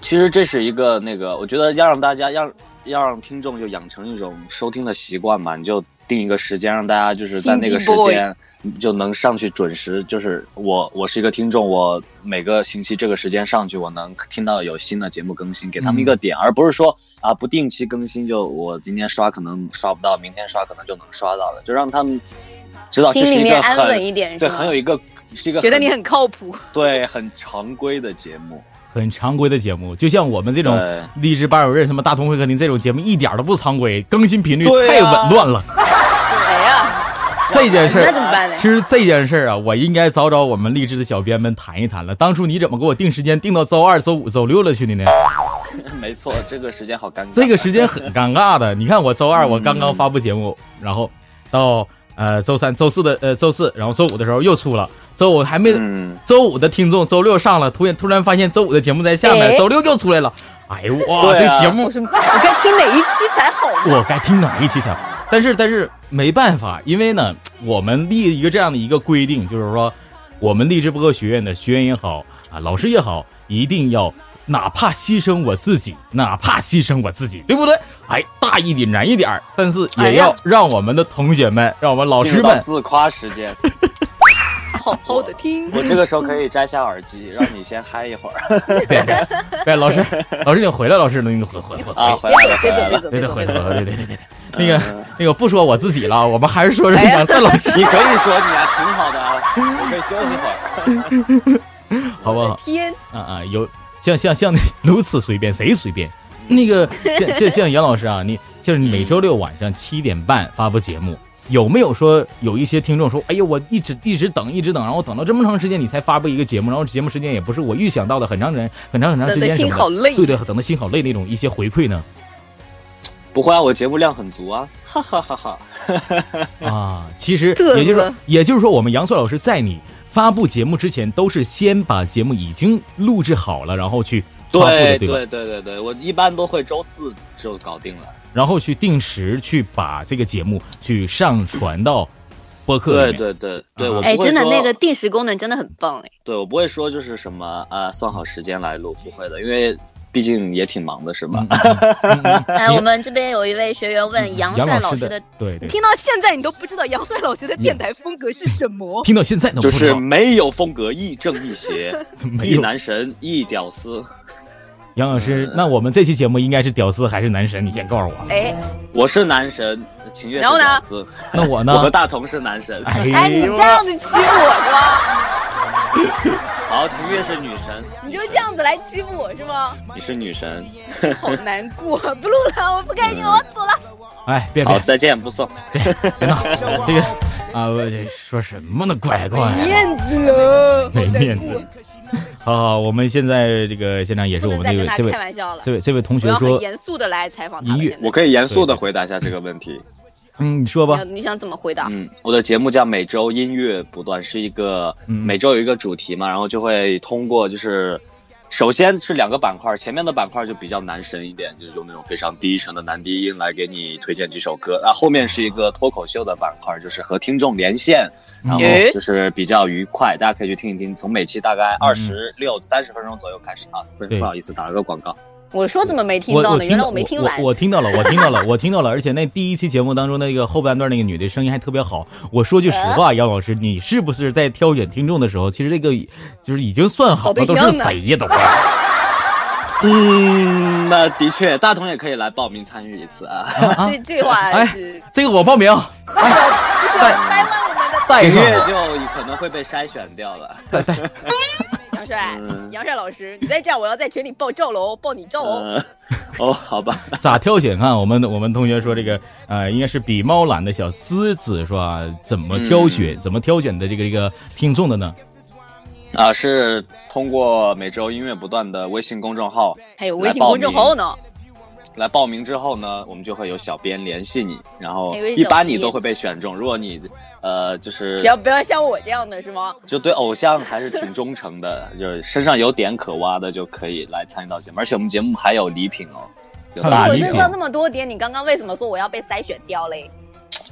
G: 其实这是一个那个，我觉得要让大家让要让听众就养成一种收听的习惯吧，你就定一个时间，让大家就是在那个时
E: 心机
G: 间就能上去准时。就是我我是一个听众，我每个星期这个时间上去，我能听到有新的节目更新，给他们一个点，而不是说啊不定期更新，就我今天刷可能刷不到，明天刷可能就能刷到了，就让他们知道这
E: 心里
G: 是一
E: 面
G: 个
E: 安稳
G: 很
E: 一点，
G: 对
E: 是吗
G: 很有一个是一个
E: 觉得你很靠谱。
G: 对很常规的节目，
C: 很常规的节目，就像我们这种
G: 对。
C: 励志班主任、什么大同会客厅这种节目，一点都不常规，更新频率
G: 对
C: 太
G: 啊
C: 紊乱了。
E: 哎 呀，
C: 这件事
E: 那
C: 儿
E: 怎么办呢
C: 其？实这件事儿啊，我应该找找我们励志的小编们谈一谈了。当初你怎么给我定时间定到周二、周五、周六了去的呢？
G: 没错，这个时间好尴尬。
C: 这个时间很尴尬的。你看我周二我刚刚发布节目，然后到呃，周三、周四的呃周四，然后周五的时候又出了，周五还没，
G: 嗯，
C: 周五的听众周六上了，突然突然发现周五的节目在下面，
E: 哎
C: 周六又出来了，哎呦哇，
G: 对啊
C: 这节目
E: 我说我该听哪一期才好呢？
C: 我该听哪一期才好？但是但是没办法，因为呢，我们立一个这样的一个规定，就是说，我们励志播客学院的学员也好啊，老师也好，一定要哪怕牺牲我自己，哪怕牺牲我自己，对不对？哎，大义凛然一点儿，但是
E: 哎
C: 也
E: 呀
C: 要让我们的同学们，让我们老
G: 进入
C: 师
G: 到
C: 们，
G: 自夸时间，
E: 好好的 听。
G: 我这个时候可以摘下耳机，让你先嗨一会儿
C: 对对对，老师，老师你回来，老师你回回回
G: 啊，
C: 回，
G: 回来了，
E: 别
G: 回来
E: 走，别
C: 对对
E: 走，别
G: 了。
E: 走，
C: 回
E: 别
C: 回
E: 走！
C: 回对对对对，那个那个不说我自己了，我们还是说说
E: 哎呀
C: 杨帅老师，
G: 你可以说你啊，挺好的啊，我可以休息会儿。
C: 好不好？
E: 天，
C: 啊啊，有像像像那 如此随便，谁随便？那个像像像杨老师啊，你就是你每周六晚上七点半发布节目，有没有说有一些听众说，哎呦，我一直一直等，一直等，然后等到这么长时间你才发布一个节目，然后节目时间也不是我预想到的很长人很长很长时
E: 等的
C: 间什
E: 心
C: 么
E: 好
C: 的，
E: 累。
C: 对对，等的心好累那种一些回馈呢
G: 不会啊，我节目量很足啊，哈哈哈哈。
C: 啊，其实
E: 嘚瑟
C: 也就是说，也就是说，我们杨帅老师在你发布节目之前，都是先把节目已经录制好了，然后去发布的，吧？
G: 对对对对对，我一般都会周四就搞定了。
C: 然后去定时去把这个节目去上传到播客里
G: 对
C: 面。
G: 对对
C: 啊
G: 对，我不
E: 哎，
G: 会
E: 真的
G: 说
E: 那个，定时功能真的很棒哎。
G: 对我不会说就是什么啊，算好时间来录，不会的，因为毕竟也挺忙的，是吧？
C: 嗯，嗯嗯
E: 哎，
C: 你
E: 我们这边有一位学员问杨帅
C: 嗯老
E: 老
C: 师
E: 师的，
C: 对对，
E: 听到现在你都不知道杨帅老师的电台风格是什 么。
C: 听到现在都不
G: 就
C: 知
G: 是
C: 道
G: 没有风格，亦正亦邪，
C: 没
G: 一
C: 有
G: 男神，一屌丝。
C: 杨老
G: 嗯
C: 师，那我们这期节目应该是屌丝还是男神？你先告诉我。
E: 哎，
G: 我是男神，秦月
E: 然
G: 是
E: 后呢
G: 屌丝，
C: 那我
G: 我和
C: 呢？
G: 大同是男神。
C: 哎
E: 哎，你
C: 呦
E: 这样子欺负我是吗？
G: 好，秦月是女神，
E: 你就这样子来欺负我是吗？
G: 你是女神。
E: 好难过，不录了，我不开心了，我走 了。
C: 哎，别
G: 好，
C: 别
G: 再见，不送。
C: 别闹，这个啊，我这说什么呢？乖乖，
E: 面子了，
C: 没面子。好好，我们现在这个现场也是
E: 不
C: 我
E: 能
C: 们
E: 再
C: 这
E: 跟
C: 位这
E: 他开
C: 位
E: 玩笑了。
C: 这位这位同
E: 我
C: 学
E: 要很
C: 说，
E: 严肃的来采访他了。
C: 音乐
E: 现在
G: 我可以严肃的回答一下这个问题。
C: 嗯，你说吧
E: 你要，你想怎么回答？
G: 嗯，我的节目叫每周音乐不断，是一个
C: 嗯
G: 每周有一个主题嘛，然后就会通过就是，首先是两个板块，前面的板块就比较男神一点，就是用那种非常低沉的男低音来给你推荐几首歌。那后面是一个脱口秀的板块，就是和听众连线，然后
E: 诶
G: 就是比较愉快，大家可以去听一听。从每期大概二十六三十分钟左右开始啊，不
C: 嗯对
G: 不好意思打了个广告。
E: 我说怎么没听
C: 我
E: 到
C: 我
E: 呢？原来我
C: 到
E: 没听完
C: 我。我听到了，我听到了，我听到了。而且那第一期节目当中那个后半段那个女的声音还特别好。我说句实话，杨老师，你是不是在挑选听众的时候，其实这个就是已经算好
E: 好
C: 了
E: 对
C: 都
E: 象
C: 是
E: 呢
C: 谁呀都？
G: 嗯，那的确，大同也可以来报名参与一次啊。
C: 啊
E: 这这话
C: 哎
E: 是，
C: 这个我报名，
E: 不是掰弯我们的
C: 带
G: 秦
C: 上
G: 月就可能会被筛选掉了。
E: 杨帅
G: 嗯，
E: 杨帅老师，你再这样，我要在群里报赵喽，报你赵哦。
G: 呃， 哦，好吧，
C: 咋挑选啊？我们我们同学说这个呃，应该是比猫懒的小狮子说啊，怎么
E: 嗯
C: 挑选、怎么挑选的这个这个听众的呢？
G: 啊、是通过每周音乐不断的微信公众号
E: 还有微信公众号呢，
G: 来报名之后呢，我们就会有小编联系你，然后
E: 哎微
G: 一
E: 信
G: 般你
E: 小编
G: 都会被选中。如果你呃，就是
E: 只要不要像我这样的是吗？
G: 就对偶像还是挺忠诚的， 就是身上有点可挖的就可以来参与到节目，而且我们节目还有礼品哦，有
C: 还
G: 大
C: 有
E: 我
C: 礼
G: 礼
C: 品
E: 认
G: 品
E: 到，那么多点，你刚刚为什么说我要被筛选掉嘞？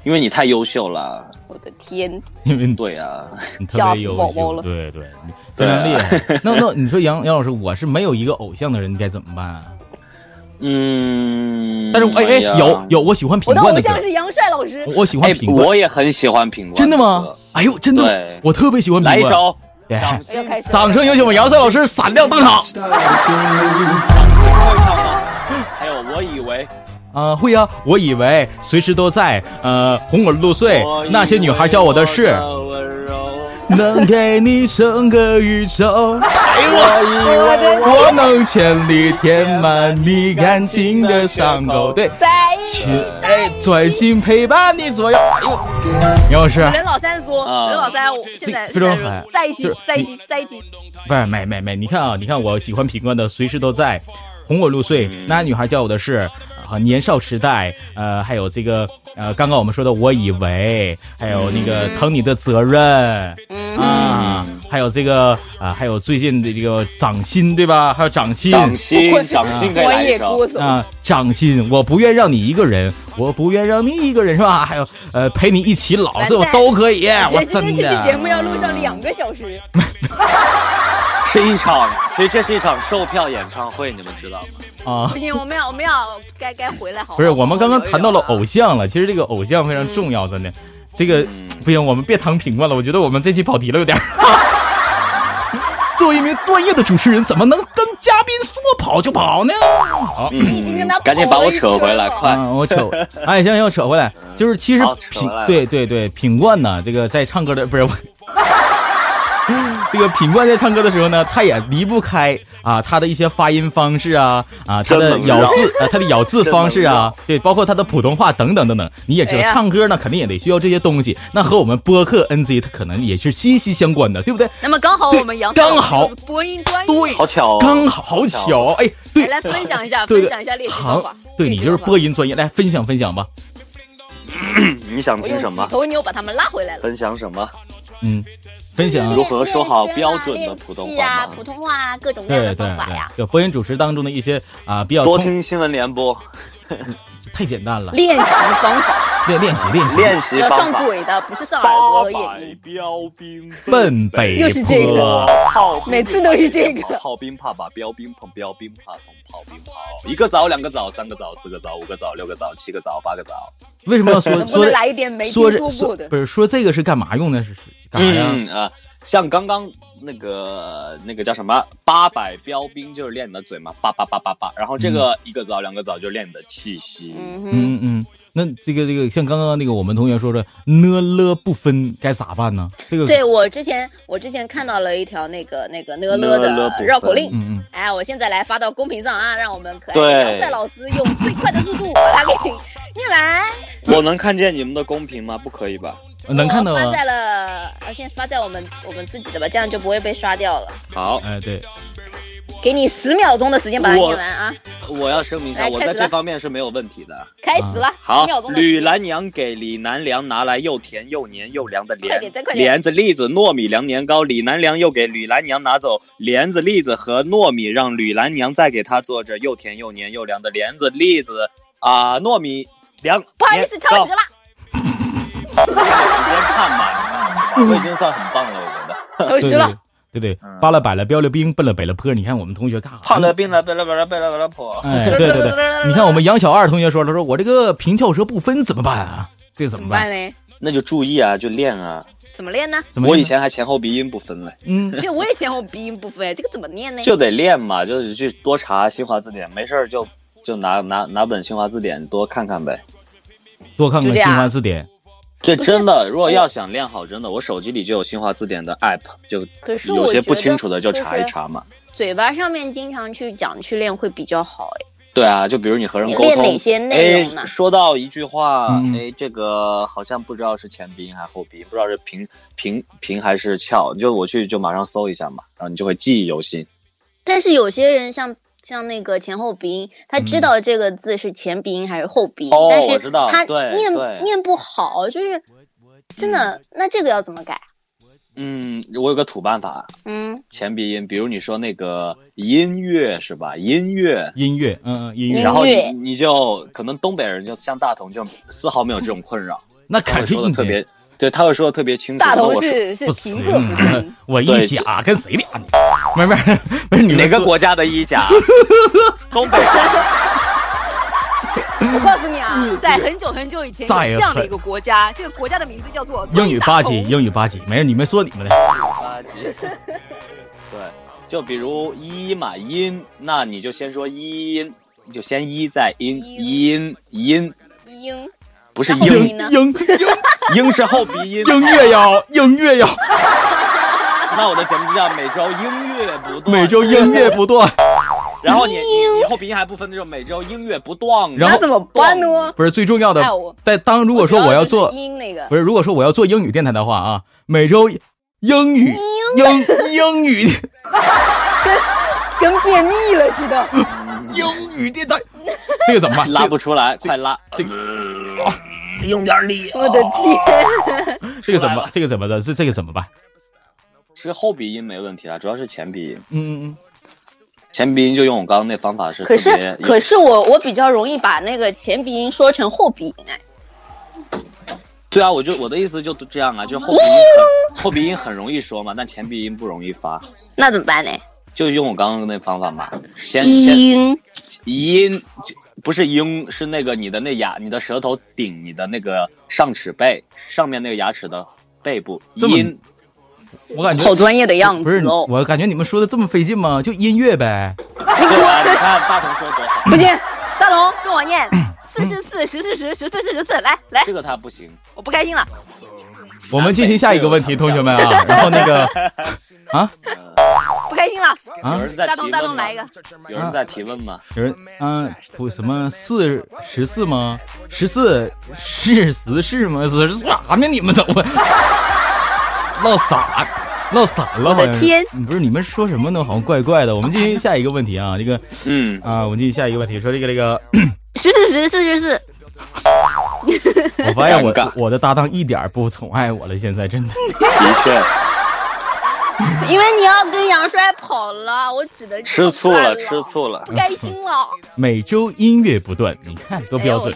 G: 因为你太优秀了。
E: 我的天，
C: 因为你
G: 对啊，
C: 你特
E: 吓
C: 别
E: 死
C: 优
E: 宝宝
C: 秀，
E: 了
C: 对对，你非常厉害。那那你说杨杨老师，我是没有一个偶像的人，你该怎么办啊？
G: 嗯，
C: 但是我哎哎，
G: 呀
C: 有有，我喜欢品
E: 我的
C: 冠
E: 偶
C: 的歌
E: 像，是杨帅老师。
C: 我我喜欢
G: 哎，
C: 品冠，
G: 我也很喜欢品冠，
C: 真的吗？？哎呦，真的吗
G: 对，
C: 我特别喜欢品
G: 来
C: 冠。
G: 一首，
C: 哎，
G: 掌
E: 又
G: 心
E: 开始了
C: 掌声有请我们杨帅老师闪亮登场。
G: 会唱吗？还有，我以为
C: 啊，会呀，我以为随时都在，呃，哄我入睡
G: 我以为，
C: 哎那些女孩教我的事，嗯
G: 我温柔，
C: 能给你整个宇宙，
G: 哎
H: 哎
G: 我以为
C: 我能全力填满你感情的伤口。对，
E: 在
C: 请哎，专心陪伴你左右。哎呦杨老师，
E: 人老三说，
G: 啊
E: 人老三，我现在
C: 非常狠
E: 在一起
C: 就是，
E: 在一起，在一起，
C: 不是，没没没，你看啊，你看我喜欢品冠的，随时都在，哄我入睡，那女孩叫我的是，啊，年少时代，呃，还有这个呃，刚刚我们说的我以为，还有那个疼你的责任
E: 嗯，
C: 啊，还有这个啊、还有最近的这个掌心对吧？还有掌心。
G: 掌心，掌心可以
H: 我
G: 来一
H: 也
G: 首。
H: 哭死了。
C: 啊，掌心，我不愿让你一个人，我不愿让你一个人，是吧？还有，呃，陪你一起老，这我都可 以，哎我
H: 觉得今
C: 真
H: 天这期节
C: 的。
H: 目要录上两个小时，
G: 是一场，其实这是一场售票演唱会，你们知道吗？
C: 啊
H: 不。行，我们要我们要该该回来好好。
C: 不是，我们刚刚谈到了
H: 好好聊一啊嗯
C: 偶像了，其实这个偶像非常重要，真的。这个不行，我们别谈评判了，我觉得我们这期跑题了有点儿。 作为一名专业的主持人，怎么能跟嘉宾说跑就跑呢？好，
H: 聊。你已经跟他
G: 嗯赶紧把我扯回来，
H: 跑了一圈了
G: 快！
C: 啊，我扯，哎，行行，我扯回来，就是其实
G: 好扯
C: 品
G: 回来了
C: 对对对品冠呢，这个在唱歌的不是我。这个品冠在唱歌的时候呢，他也离不开啊，他的一些发音方式啊，啊，他的
G: 真能
C: 咬
G: 绕
C: 字啊，他的咬字
G: 真
C: 方式
G: 能
C: 啊
G: 绕，
C: 对，包括他的普通话等等等等。你也知道
H: 哎，呀
C: 唱歌呢肯定也得需要这些东西，那和我们播客 NZ 它可能也是息息相关的，对不对？
H: 那么刚好我们杨
C: 刚好
H: 播音专业，
C: 对
G: 好巧哦，
C: 刚好好巧，哎，对，
H: 来来分享一下，
C: 对
H: 分
C: 对
H: 享一下练习方
C: 行
H: 法。，
C: 对
H: 练
C: 你
H: 习
C: 就
H: 方
C: 是
H: 法
C: 播音专业，来分享分享吧，
G: 你想
H: 我
G: 听
H: 用
G: 什
H: 几
G: 么？
H: 头牛把他们拉回来了。
G: 分享什么？
C: 嗯，分享
G: 如何说好标准的普通话
E: 呀，
G: 吗
E: 普通话啊，各种各样
C: 对
E: 的
C: 对
E: 方法呀。
C: 对，就播音主持当中的一些啊比较
G: 多
C: 通
G: 听新闻联播，
C: 太简单 了，
H: 练习方法
C: 练练习练习。
G: 练习
H: 要
G: 方
H: 上
G: 法。
H: 嘴的，不是上耳朵
G: 八
H: 和
G: 百
H: 眼音。
G: 标兵
C: 奔北坡，
H: 又是这个
G: 炮兵
H: 呃每次都是这个
G: 炮兵怕把标兵碰，标兵怕碰炮兵炮。一个枣，两个枣，三个枣，四个枣，五个枣，六个枣，七个枣，八个枣。
C: 为什么 要说
H: 能不
C: 说
H: 能来一点没
C: 说
H: 听
C: 这
H: 说
C: 说
H: 过的
C: 不？是说这个是干嘛用的？是是干嘛呀？
G: 嗯啊、呃像刚刚那个那个叫什么八百标兵，就是练你的嘴嘛，叭叭叭叭叭。然后这个
C: 嗯
G: 一个枣，两个枣，就是练你的气息。
H: 嗯哼，
C: 嗯嗯嗯。那这个这个像刚刚那个我们同学说的呢了不分该咋办呢？这个
E: 对我之前我之前看到了一条那个那个呢了
G: 呢了
E: 的
G: 不分
E: 绕口令，
C: 嗯嗯
E: 哎，我现在来发到公屏上啊，让我们可爱
G: 对
E: 的杨帅老师用最快的速度把它给念完。
G: 我能看见你们的公屏吗？不可以吧？
C: 呃，能看到
E: 我
C: 吗
E: 发？在了，呃，先发在我们我们自己的吧，这样就不会被刷掉了。
G: 好，
C: 哎，对，
E: 给你十秒钟的时间把它
G: 我
E: 念完啊，
G: 我要声明一下，
E: 来
G: 我
E: 开
G: 在
E: 始了
G: 这方面是没有问题的。
E: 开始了，十
G: 好
E: 秒，钟的时
G: 吕
E: 间。
G: 兰娘给李南良拿来又甜又黏又凉的
E: 快
G: 莲
E: 点再快点
G: 莲子、栗子、糯米、凉年糕。李南良又给吕兰娘拿走莲子、栗子和糯米，让吕兰娘再给他做着又甜又黏又凉的莲子、栗子啊、糯米、凉。
E: 不好意思，
G: 年
E: 超
G: 糕
E: 时了。
G: 时间看满了，我已经算很棒了，我觉得。
H: 求
C: 对
H: 实了
C: 对。对对，
G: 嗯
C: 扒拉摆了标了兵，奔了北了坡。你看我们同学干啥呢？
G: 胖了病了，贝拉贝拉贝拉贝拉婆。
C: 哎，对对对， 你看我们杨小二同学说了，说我这个平翘舌不分怎么办啊？这 怎
E: 怎
C: 么
E: 么
C: 办
E: 办？呢？
G: 那就注意啊，就练啊。
E: 怎么练呢？
C: 怎么
G: 我
C: 办
G: 以前还前后鼻音不分嘞，
C: 嗯，
E: 对，我也前后鼻音不分，这个怎么念呢？
G: 就得练嘛，就是去多查新华字典，没事儿就就拿拿拿本新华字典多看看呗。
C: 多看看
E: 就这
C: 新
E: 样
C: 华字典。
G: 这真的，如果要想练好，真的，我手机里就有新华字典的 app，就
E: 可是我
G: 有些
E: 觉得
G: 不清楚的就查一
E: 是
G: 查嘛。
E: 嘴巴上面经常去讲去练会比较好哎。
G: 对啊，就比如你和人
E: 你
G: 沟
E: 练
G: 通，
E: 哪些内容呢
G: 哎，说到一句话，
C: 嗯
G: 哎，这个好像不知道是前鼻音还是后鼻音，不知道是平平平还是翘，就我去就马上搜一下嘛，然后你就会记忆犹新。
E: 但是有些人像像那个前后鼻音，他知道这个字是前鼻音还是后鼻音，
G: 哦
E: 但
G: 我
E: 是
G: 知道
E: 他
G: 对对
E: 念念不好，就是
C: 嗯
E: 真的。那这个要怎么改？
G: 嗯，我有个土办法，
E: 嗯，
G: 前鼻音，比如你说那个音乐是吧？音乐。
C: 音乐，嗯嗯，音乐
G: 然，后
E: 音乐
G: 你你就可能东北人就像大同就丝毫没有这种 困扰，
C: 那
G: 他
C: 肯
G: 会说
C: 定
G: 的特别，对他会说的特别清楚。
H: 大
G: 跟
H: 头
G: 我说
H: 是是
C: 不
H: 平
C: 行
H: 仄不均，，
C: 我一
G: 对
C: 甲跟谁俩呢？不是不是不是你们
G: 哪个
C: 说？
G: 国家的一甲？东北
H: 我告诉你 啊，
E: 在很久很久以前
C: 在
H: 这样的一个国家，这个国家的名字叫做
C: 英语八级，英语八级，没事，你们说你们的。
G: 八级。对，就比如一嘛音，那你就先说音，你就先一再音音音，
E: 音
G: 不是
E: 然后
G: 英
E: 你呢
C: 英
G: 英是后鼻音。
C: 英乐谣，音乐谣，
H: 哦
G: 那我的节目就叫每周音乐不断，
C: 每周音乐不断。
G: 然后你你你后鼻音还不分，那就每周音乐不断。
C: 然后
H: 那怎么办呢？
C: 不是最重要的
H: 哎我，
C: 在当如果说我要做，
E: 音那个
C: 不是如果说我要做英语电台的话啊，每周英语英英语
H: 跟便秘了似的。
G: 哎
C: 英语电台，这个怎么办？
G: 拉不出来，快拉，
C: 这
G: 用点力。
H: 我的
G: 哦
H: 天，
C: 这个怎么办？这个怎么的？这这个怎么办？
G: 是后鼻音没问题啊，主要是前鼻音，
C: 嗯嗯
G: 前鼻音就用我刚刚那方法是特
E: 可
G: 别
E: 是可是我我比较容易把那个前鼻音说成后鼻音哎，
G: 对啊，我就我的意思就这样啊，就是后鼻音很后鼻音很容易说嘛，但前鼻音不容易发，
E: 那怎么办呢？
G: 就用我刚刚那方法嘛，先先
E: 音
G: 音不是音，是那个你的那牙，你的舌头顶你的那个上齿背上面那个牙齿的背部
C: 这么
G: 音，
C: 嗯，我感觉
E: 好专业的样
C: 不是
E: 子哦，
C: 我感觉你们说的这么费劲吗？就音乐呗。
G: 对吧？你看大同说多好，
E: 不行，大龙跟我念四十四十四十十四十十四，来来，
G: 嗯这个他不行，
E: 我不开心了，
C: 我们进行下一个问题，同学们啊，然后那个啊
E: 不开心了，
G: 有
C: 啊，
G: 人在
E: 大
G: 提
E: 东
G: 问
E: 大东
G: 吗
E: 来一个，
G: 有人在提问吗？
C: 有人嗯，不什么四十四吗？十四是十是吗？是是啥呢？你们都 唠散唠散了，好像
E: 我的
C: 是
E: 天！
C: 嗯不是你们说什么呢？好像怪怪的。我们进行下一个问题啊，这个
G: 嗯，
C: 啊，我们进行下一个问题，说这个这个，
E: 十十十四十四，
C: 呃我发现我
G: 尴尬
C: 我的搭档一点儿不宠爱我了，现在真的。
G: 的确
E: 因为你要跟杨帅跑了，我只能
G: 吃醋了，
E: 了，
G: 吃，醋了，嗯
E: 不开心了，哎
C: 每周音乐不断，你看多标准。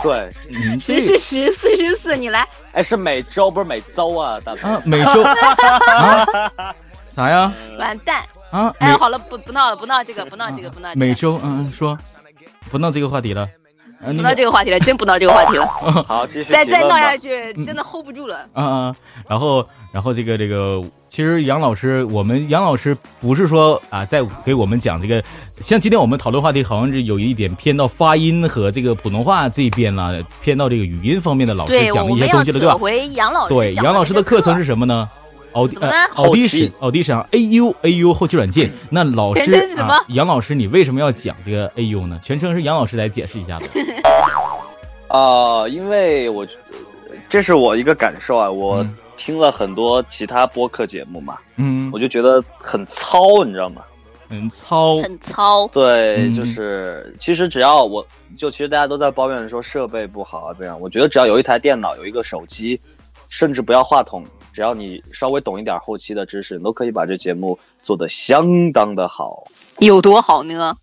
G: 对，
C: 你
E: 十
C: 这
E: 十十四十四，你来，
G: 哎，是每周不是每周啊，大同。
C: 啊，每周啊 啥呀
G: 嗯
E: 完蛋，
C: 啊
E: 哎，
C: 每
E: 好了，不不闹了，不闹这个，不闹这个，不闹啊这
C: 每
E: 个，
C: 周嗯嗯说，不闹这个话题了。啊
E: 不
C: 那
E: 闹
C: 个
E: 这个话题了，真不闹这个话题 了，
G: 好，继续
E: 再
G: 提
E: 再
G: 问
E: 闹
G: 吧
E: 下去
C: 嗯
E: 真的 hold 不住了。
C: 啊啊，然后然后这个这个，其实杨老师，我们杨老师不是说啊，在给我们讲这个，像今天我们讨论话题好像是有一点偏到发音和这个普通话这边了，偏到这个语音方面的老师
E: 对，
C: 讲的
E: 我
C: 一
E: 们
C: 些
E: 要
C: 东西了，对吧
E: 扯？回杨老师
C: 对，
E: 讲
C: 杨老师
E: 的
C: 的
E: 那个
C: 课程是什么呢？奥迪
E: 怎么
C: 呃
E: 了
C: 奥迪
G: 后
C: 是
G: 期
C: 奥迪是啊 AU AU 后期软件。那老师
E: 全称是什么
C: 啊杨老师，你为什么要讲这个 AU 呢？全称是杨老师来解释一 下吧。
G: 啊、因为我这是我一个感受啊，我
C: 嗯
G: 听了很多其他播客节目嘛，
C: 嗯
G: 我就觉得很糙，你知道吗？
C: 嗯，操，
E: 很糙，
G: 对，
C: 嗯
G: 就是其实只要我就其实大家都在抱怨说设备不好啊这样，我觉得只要有一台电脑，有一个手机，甚至不要话筒，只要你稍微懂一点后期的知识，你都可以把这节目做得相当的好，
E: 有多好呢？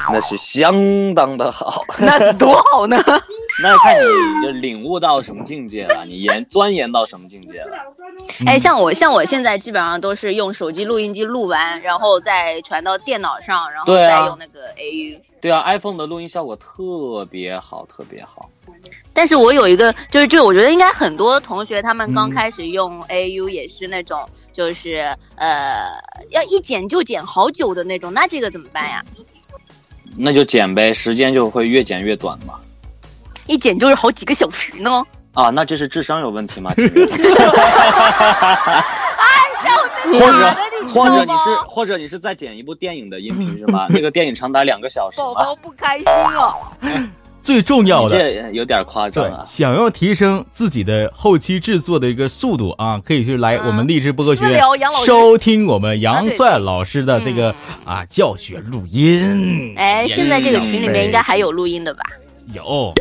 G: 那是相当的好。
E: 那是多好 呢？
G: 那看你就领悟到什么境界了，你研钻研到什么境界了？
E: 哎，
C: 嗯
E: 像我像我现在基本上都是用手机录音机录完，然后再传到电脑上，然后
G: 对
E: 再
G: 啊
E: 用那个 AU。
G: 对啊，iPhone 的录音效果特别好，特别好。
E: 但是我有一个，就是这，我觉得应该很多同学他们刚
C: 嗯
E: 开始用 AU 也是那种，就是呃，要一剪就剪好久的那种，那这个怎么办呀？
G: 那就剪呗，时间就会越剪越短嘛。
E: 一剪就是好几个小时呢，
G: 啊，那这是智商有问题吗？请 问
E: 你
G: 或
E: 妈
G: 者
E: 的你知
G: 或者
E: 道
G: 你 是
E: 吗？
G: 或者你是在剪一部电影的音频是吗？那个电影长达两个小时
E: 宝
G: 吗？
E: 宝不开心哦了，
C: 最重要
G: 你
C: 的。
G: 这有点夸张
C: 对，
G: 啊。
C: 想要提升自己的后期制作的一个速度啊，可以去来
E: 嗯
C: 我们励志播客学
E: 私
C: 院
E: 聊杨老师
C: 收听我们
E: 啊
C: 杨
E: 对嗯
C: 帅老师的这个啊教学录音。
E: 哎，现在
G: 嗯
E: 这个群里面应该还
C: 有。
E: 有录音的吧？
C: 有，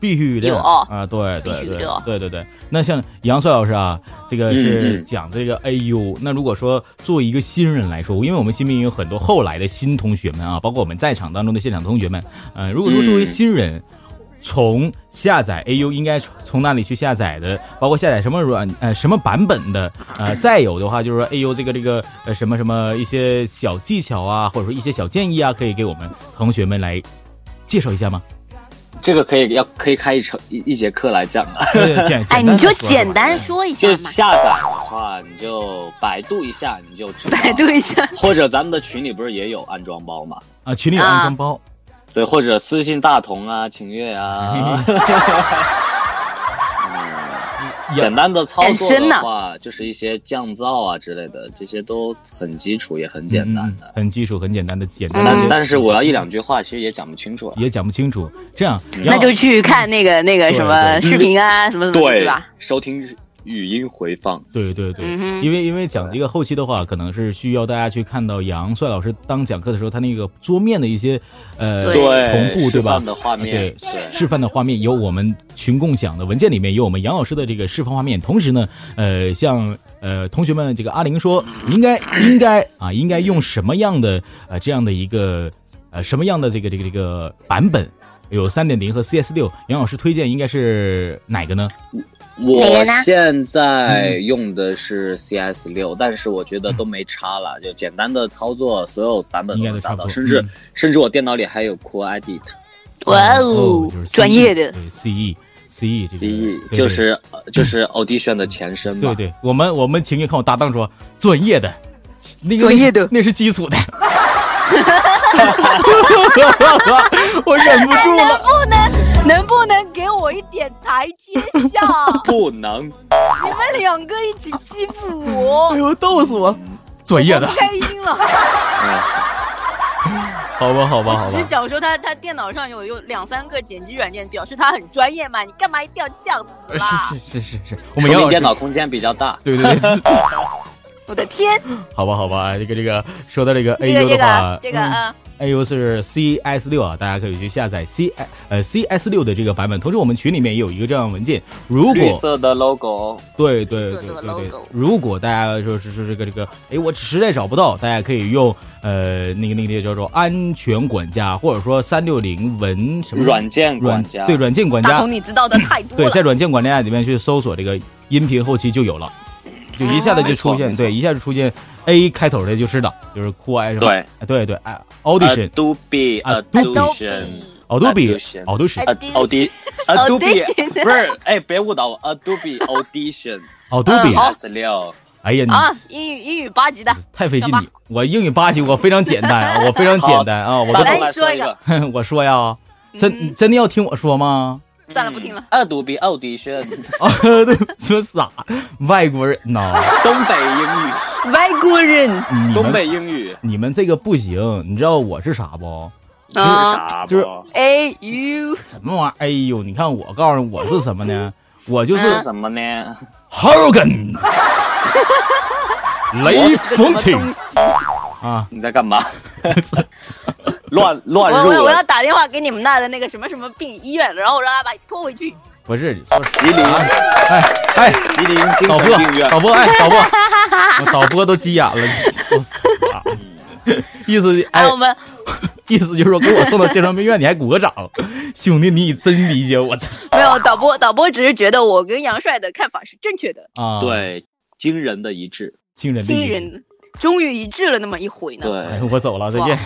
C: 必须的
E: 有
C: 啊，对对
E: 必须
C: 对
E: 的
C: 对对对。那像杨帅老师啊，这个
G: 嗯
C: 是
G: 嗯
C: 讲这个 AU。那如果说作为一个新人来说，因为我们新兵有很多后来的新同学们啊，包括我们在场当中的现场同学们，嗯、如果说作为新人。从下载 AU 应该从哪里去下载的，包括下载什么软呃什么版本的，呃再有的话就是说 AU 这个这个呃什么什么一些小技巧啊，或者说一些小建议啊，可以给我们同学们来介绍一下吗？
G: 这个可以要可以开一成一一节课来讲啊。
C: 对简
E: 哎，
C: 简单地
E: 你就
C: 说
E: 简单说一下
G: 就
E: 嘛，
G: 下载的话，你就百度一下，你就知道。
E: 百度一下。
G: 或者咱们的群里不是也有安装包吗？
C: 啊，群里有安装包，
G: 对，或者私信大同啊、秦月啊。 嗯简单的操
E: 很
G: 作
E: 深
G: 的
E: 呐
G: 话，就是一些降噪啊之类的，这些都很基础，也很简单
C: 嗯
G: 的。
C: 很基础，很简单的简
E: 嗯
C: 单
G: 但
C: 的，
G: 但是我要一两句嗯话，其实也讲不清楚了。啊
C: 也讲不清楚。这样，
E: 那
C: 杨
E: 就去看那个那个什么
C: 对对
E: 视频啊，什么什么的，对吧？
G: 收听语音回放。
C: 对对对，
E: 嗯哼
C: 因为因为讲这个后期的话，可能是需要大家去看到杨帅老师当讲课的时候，他那个桌面的一些呃
E: 对
C: 同步，
G: 示
C: 对吧
G: 范？的画面
C: 对，，示范的画面有我们群共享的文件里面有我们杨老师的这个示范画面，同时呢，呃，像呃同学们这个阿玲说，应该应该啊，应该用什么样的呃这样的一个呃什么样的这个这个这个版本？有三点零和 CS 六，杨老师推荐应该是哪个呢？
G: 我现在用的是 CS
C: 嗯
G: 六，但是我觉得都没差了，就简单的操作，所有版本
C: 应
G: 都
C: 该都
G: 能
C: 差不
G: 达
C: 多
G: 到，甚至
C: 嗯
G: 甚至我电脑里还有 Cool Edit
E: 哇哦
C: 就是，E，
E: 专业的，
C: 对 CE CE 这个
G: DE，
C: 对
G: E，就是呃就是 Audition 的前身
C: 对
G: 嘛。
C: 对，我们我们情愿看我搭档说专业的，那个
E: 专业的
C: 那是基 础的。 我忍不住
E: 能
C: 了，
E: 不能能不能给我一点台阶下？
G: 不能，
E: 你们两个一起欺负我
C: 哎，呦，逗死我了！哎专业
E: 不
C: 的，
E: 开心了。
C: 好吧，好吧，好
E: 我 只
C: 吧
E: 是。想说他他电脑上有有两三个剪辑软件，表示他很专业嘛，你干嘛一定要这样子
C: 呃
E: 啦？
C: 是是是是是，我
G: 我
C: 们
G: 啊
C: 杨
G: 说明
C: 老师
G: 电，脑空间比较大。
C: 对对对，
E: 我的天，
C: 好吧好吧，这个这个，说到这个
E: 这
C: AU
E: 个呃这
C: 的话
E: 个，这个
C: 嗯
E: 嗯，
C: AU 是 CS 六啊，大家可以去下载 C 呃 CS 六的这个版本。同时，我们群里面也有一个这样的文件，如
G: 绿
C: 果
G: 色的 logo，
C: 对对
E: 绿色
C: 对对
E: 的
C: 对
E: logo，
C: 如果大家说是说这个这个，哎，我实在找不到，大家可以用呃那个那个叫做安全管家，或者说三六零文什么
G: 软件
C: 软
G: 管家，
C: 对软件管
H: 大
C: 家
H: 同，你知道的太多
C: 对，
H: 了。
C: 在软件管家里面去搜索这个音频后期就有了，就一下子就
G: 没
C: 出
G: 错
E: 啊
C: 现，
G: 没错
C: 对，一下就出现 A 开头的就是的，就是酷爱什么，
G: 对
C: 哎对对哎，Audition。啊
G: Adobe Audition
E: Adobe
C: 奥杜比，
G: 呃 Audition
C: 奥杜比，
G: Ad- Audi Adobe 不是，哎，别误导我，Adobe Audition
E: 哎
C: 奥杜比，
E: 呃哦
G: S 六，
C: 哎呀，
E: 啊
C: 你，
E: 英语英语八级的，
C: 太费劲
E: 干
C: 你！我英语八级，我非常简单啊，我非常简单啊，我
G: 大
C: 跟
G: 头
E: 嗯来
G: 来
E: 说
G: 说
E: 一
G: 一
E: 个
G: 个，
C: 我说呀，真
E: 嗯
C: 真的要听我说吗？
E: 算了，啊不听了。
G: 嗯 Adobe Audition
C: 啊，对，说傻，外国人呐，
G: 东北英语，
H: 外国人，
C: 你
G: 东北
C: 们
G: 英语
C: 你们这个不行，你知道我是啥不？
E: 啊
G: 啥
C: 就是
G: 不？
E: ，A U
C: 什么玩意儿？哎呦，你看我告诉你，我是什么
G: 嗯
C: 呢？我就是
G: 是什么呢？
C: Hogan，雷锋挺啊，
G: 你在干 嘛？ 乱乱
E: 我
C: 啊
E: 我
G: 入啊
E: 我要打电话给你们那的那个什么什么病医院，然后让他把你拖回去。
C: 不是你说啥
G: 吉林
C: 哎哎，
G: 吉林精
C: 导
G: 神病
C: 播，
G: 院
C: 导播，哎，导播，我导播都急眼了，我死 了。意思就哎
E: 哎，我，们
C: 意思就是说给我送到精神病院，你还鼓个掌，兄弟，你真理解我操
E: 没有导播，导播只是觉得我跟杨帅的看法是正确的，
C: 啊！，
G: 对惊人的一致。
C: 惊人，
E: 惊。人，终于一致了那么一回呢。
C: 哎
G: 对，，
C: 我走了，再见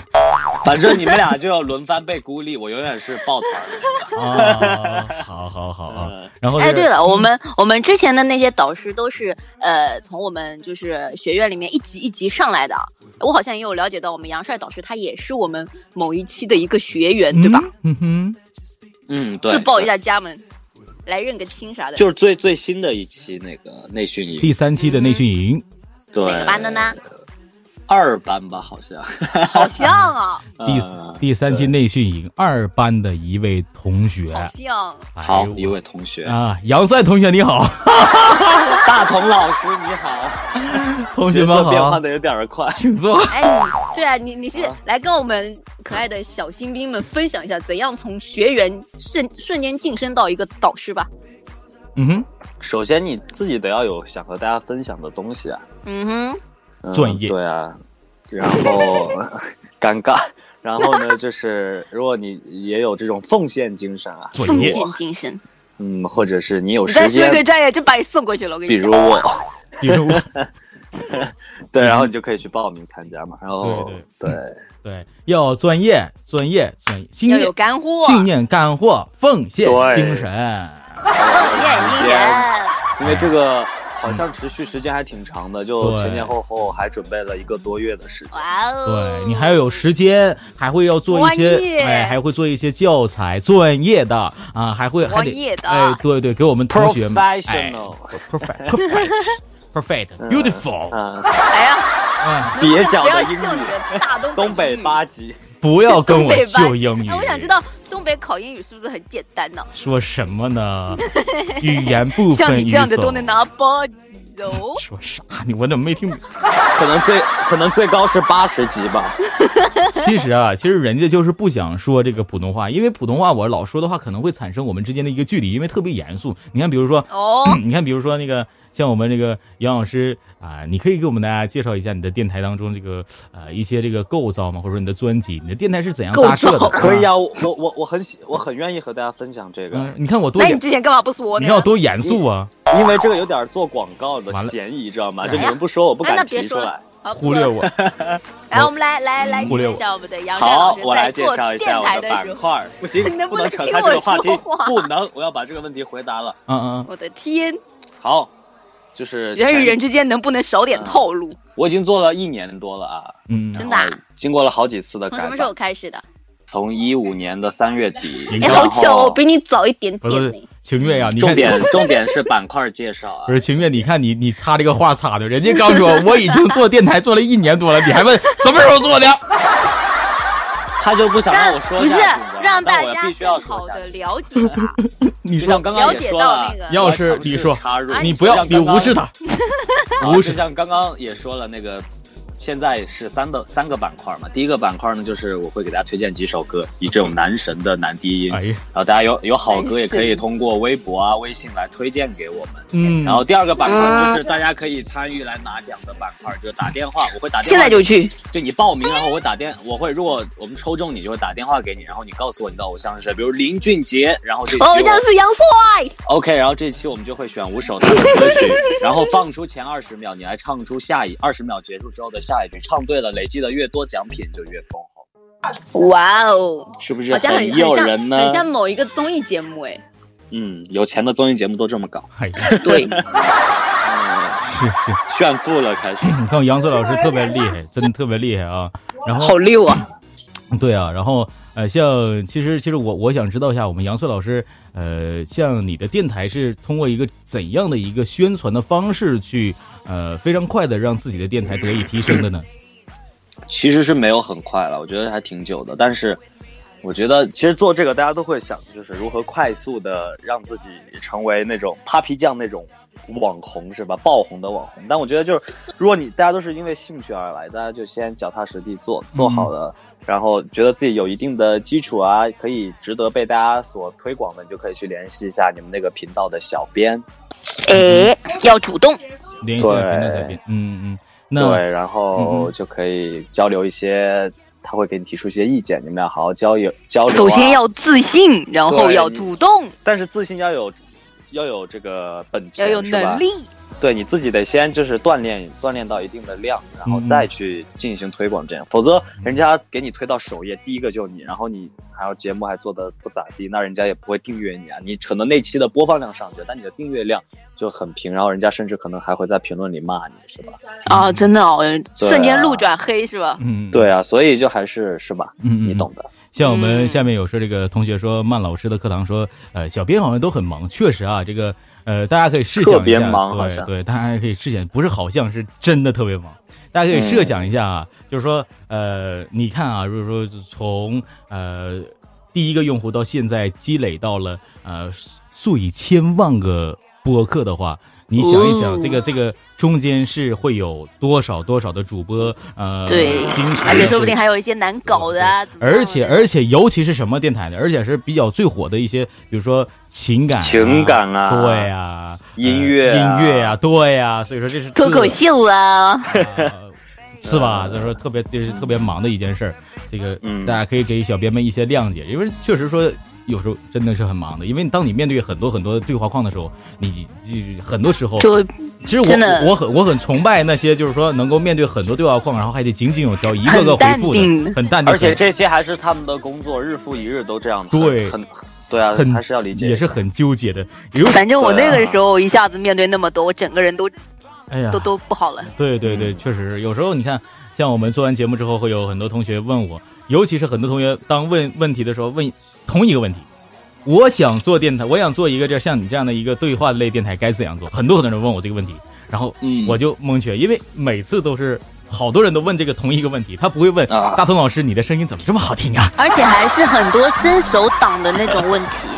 G: 反正你们俩就要轮番被孤立，我永远是抱团儿的。
C: 啊！ 好好好
G: 嗯
C: 啊！然
G: 哦
C: 后
E: 哎，
C: 是
E: 对了，我们我们之前的那些导师都是呃从我们就是学院里面一级一级上来的。啊我好像也有了解到，我们杨帅导师他也是我们某一期的一个学员，对吧？？
C: 嗯嗯
G: 嗯，对，
E: 汇报一
G: 对，
E: 下家门，来认个亲啥的。
G: 就是最最新的一期那个内训
C: 哼，
G: 营，
C: 第三期的内训营，
G: 对，
E: 哪个班的呢？
G: 二班吧，好像。
E: 好像 啊，
C: 第
G: 呃
C: 第三期内训营二班的一位同学，
E: 好像。啊
C: 哎
G: 好
C: 呦，
G: 一位同学，
C: 啊，杨帅同学你好，
G: 大同老师你好，
C: 同学
G: 角
C: 们
G: 色变换
C: 好，啊
G: 的有点儿快。
C: 请坐。
E: 哎，你对啊，你你是
G: 啊
E: 来跟我们可爱的小新兵们分享一下，怎样从学员瞬瞬间晋升到一个导师吧？
C: 嗯哼。
G: 首先你自己得要有想和大家分享的东西啊，
E: 嗯哼，
G: 嗯
C: 专业
G: 对啊，然后 尴尬，然后呢就是如果你也有这种奉献精神啊，
C: 作
E: 奉
C: 业
E: 献精神。
G: 嗯，或者是你有
E: 你再说
G: 时
E: 一
G: 间
E: 个，啊专业，真把你送过去了。我跟
G: 比
E: 你讲
G: 如，我，
C: 比如我，
G: 对，然后你就可以去报名参加嘛，然后
C: 嗯对对，要专业、专业、专业，信
E: 要
C: 念
E: 有、干货，
C: 信念、干货、奉献
G: 对
C: 精神。
E: 你也
G: 时
E: 你也
G: 间
E: 哎
G: 因为这个好像持续时间还挺长的，就
C: 对
G: 前前后后还准备了一个多月的时间。
E: 哇哦！
C: 对你还要有时间，还会要做一
E: 专业
C: 些，哎，还会做一些教材，专业的啊，还会还
E: 专
C: 得
E: 业，的
C: 哎，对对，给我们同学们，哎
G: Professional
C: ，perfect perfect perfect beautiful，
G: 嗯，
E: 哎呀，
C: 哎，
E: 你们
G: 蹩脚
E: 不要
G: 的英
E: 秀你
G: 语
E: 的大东
G: 东北
E: 英语
G: 八级，
C: 不要跟我
E: 东北吧
C: 秀英 语。
E: 哎，我想知道东北考英语是不是很简单呢、
C: 说什么 呢？语言部
E: 像
C: 分
E: 你
C: 语
E: 这样的都
C: 种。
E: 能拿八级哦
C: 说啥？你我怎么没听？
G: 可能最可能最高是八十级吧。
C: 其实啊， 其实人家就是不想说这个普通话，因为普通话我老说的话可能会产生我们之间的一个距离，因为特别严肃。你看，比如说，
E: 哦，
C: 你看，比如说那个像我们这个杨老师啊、你可以给我们大家介绍一下你的电台当中这个呃一些这个构造吗？或者说你的专辑，你的电台是怎样搭设的？嗯
E: 构造
G: 可以啊，我我我我很喜，我很愿意和大家分享这个，
C: 嗯，你看我多
E: 那你
C: 严，
E: 之前干嘛不说
C: 你
E: 呢？
C: 看我多严肃啊！
G: 因为这个有点做广告的
C: 完了
G: 嫌疑，知道吗？
C: 哎
G: 就你们不说，我不
E: 哎那
G: 敢
E: 别
G: 提出
E: 说
G: 来。
E: 好不
C: 忽
E: 说
C: 略
E: 了
C: 我，
E: 来，我们来来来
C: 忽
E: 介
C: 略我
E: 绍一下我们的杨山老
G: 好
E: 师，
G: 我来
E: 在
G: 介
E: 做
G: 绍一
E: 电
G: 下
E: 台
G: 我
E: 的
G: 的
E: 时
G: 板
E: 候，
G: 块儿。不行，
E: 你 能不
G: 不
E: 能
G: 能扯
E: 听
G: 开
E: 我
G: 这个话题
E: 说话，
G: 不能，我要把这个问题回答了。
C: 嗯嗯
E: 我的天，
G: 好，就是
E: 人与
G: 前
E: 人之间能不能少点套路？
G: 我已经做了一年多了啊，
C: 嗯，
E: 真
C: 嗯
E: 的啊
G: 然后经过了好几次的
E: 从
G: 改
E: 什么
G: 版
E: 时，候开始的？
G: 从一五年的三月底，
C: 哎
E: 哎，
C: 然
E: 好
C: 后
E: 巧哦，比你早一点
C: 不
E: 点
C: 是
E: 呢。
C: 秦月啊呀，你看
G: 重点重点是板块介绍啊
C: 不。是秦月，你看你你插这个话插的，人 家刚说我已经做电台做了一年多了，你还问什么时候做的？
G: 他就不想让我说
E: 不是
G: 下去，你知道吗
E: 让大
G: 但我
E: 家
G: 必须要
E: 更
G: 说
E: 好
G: 下
E: 的
G: 去。
E: 了解 他，
C: 你
G: 就像
C: 说
G: 刚刚
E: 了
G: 也
E: 解
G: 说
E: 到
G: 了
E: 那，个
C: 要是你说
G: 我要尝试插入
E: 啊
C: 你
E: 你
C: 不要
G: 像
C: 你
G: 刚刚
C: 无视他，
G: 啊
C: 无
G: 就
C: 视
G: 像刚刚也说了，那个现在是三个三个板块嘛。第一个板块呢，就是我会给大家推荐几首歌，以这种男神的男低音，
C: 哎呀，
G: 然后大家有有好歌也
E: 男神
G: 可以通过微博啊、微信来推荐给我们。
C: 嗯，
G: 然后第二个板
E: 啊
G: 块就是大家可以参与来拿奖的板块，就是打电话，我会打电话。
E: 现在就去。
G: 对你报名，然啊后我打电，我会如果我们抽中你，就会打电话给你，然后你告诉我你的偶像是谁，比如林俊杰，然后这期我
E: 偶像是杨帅，
G: OK，然后这期我们就会选五首他的歌曲，然后放出前二十秒，你来唱出下一二十秒结束之后的下一句，唱对了，累积的越多，奖品就越丰厚，
E: 哇哦，
G: 是不是
E: 好像很
G: 诱
E: 很像
G: 人呢
E: 很？像某一个综艺节目哎。
G: 嗯，有钱的综艺节目都这么搞，
C: 哎呀，
E: 对，
G: 嗯
C: 是是，
G: 炫富了开始。
C: 你看我杨穗老师特别厉害，真的特别厉害啊。然后
E: 好溜啊！
C: 对啊，然后呃，像其实其实我我想知道一下，我们杨穗老师，呃，像你的电台是通过一个怎样的一个宣传的方式去，呃，非常快的让自己的电台得以提升的呢？
G: 其实是没有很快了，我觉得还挺久的。但是我觉得其实做这个大家都会想，就是如何快速的让自己成为那种 Papi 酱那种网红是吧？爆红的网红。但我觉得就是，如果你大家都是因为兴趣而来，大家就先脚踏实地做，做好了，然后觉得自己有一定的基础啊，可以值得被大家所推广的，你就可以去联系一下你们那个频道的小编。
C: 嗯
E: 哎，要主动。
C: 联系一下
G: 对
C: 频道小编，嗯嗯，那
G: 对，然
C: 嗯
G: 后
C: 嗯
G: 就可以交流一些，他会给你提出一些意见，你们俩好好交流交流、
E: 首先，要自信，然后
G: 啊对
E: 要
G: 你
E: 主动，
G: 但是自信要有，要有这个本钱，
E: 要有
G: 是吧
E: 能力。
G: 对你自己得先就是锻炼锻炼到一定的量，然后
C: 嗯嗯
G: 再去进行推广，这样，否则人家给你推到首页，第一个就你，然后你还有节目还做的不咋地，那人家也不会订阅你啊。你可能那期的播放量上去了，但你的订阅量就很平，然后人家甚至可能还会在评论里骂你，是吧？
E: 啊，真的哦，
G: 啊
E: 瞬间路转黑是吧？
C: 嗯，
G: 对啊，所以就还是是吧？
C: 嗯，嗯
G: 你懂。的。
C: 像我们
E: 嗯
C: 下面有说这个同学说曼老师的课堂说，呃，小编好像都很忙，确实啊，这个呃，大家可以试想一下，
G: 特别忙好
C: 对
G: 像
C: 对，大家可以试想，不是好像是真的特别忙，大家可以
E: 嗯
C: 设想一下啊，就是说呃，你看啊，如果说从呃第一个用户到现在积累到了呃数数以千万个播客的话，你想一想
E: 哦
C: 这个、这个中间是会有多少多少的主播呃，
E: 对
C: 经常
E: 而且说不定
C: 会
E: 还有一些难搞的啊。怎么样的
C: 而且而且尤其是什么电台的，而且是比较最火的一些，比如说情感、
G: 情感啊
C: 对啊，
G: 音乐啊
C: 呃音乐呀、对呀、所以说这是
E: 脱口秀啊，
C: 这个。啊是吧？所以说特别这是特别忙的一件事儿，这个
G: 嗯
C: 大家可以给小编们一些谅解，因为确实说有时候真的是很忙的，因为当你面对很多很多的对话框的时候，你你很多时候
E: 就
C: 其实
E: 真的
C: 我我很我很崇拜那些就是说能够面对很多对话框，然后还得井井有条，一个
E: 很
C: 个回
E: 淡
C: 复的，
E: 定
C: 很淡定，
G: 而且
C: 很
G: 这些还是他们的工作，日复一日都这样，很
C: 对
G: 很对啊，
C: 很
G: 还是要理解一下，啊
C: 也是很纠结的。比如，
E: 反正我那个时候一下子面对那么多，我整个人都
C: 哎呀
E: 都，都不好了。
C: 对对对，确实是有时候你看，像我们做完节目之后，会有很多同学问我，尤其是很多同学当问问题的时候，问同一个问题。我想做电台，我想做一个这像你这样的一个对话类电台，该怎样做？很多很多人问我这个问题，然后
G: 嗯
C: 我就蒙圈，因为每次都是好多人都问这个同一个问题，他不会问
G: 啊
C: 大同老师你的声音怎么这么好听啊？
E: 而且还是很多伸手党的那种问题。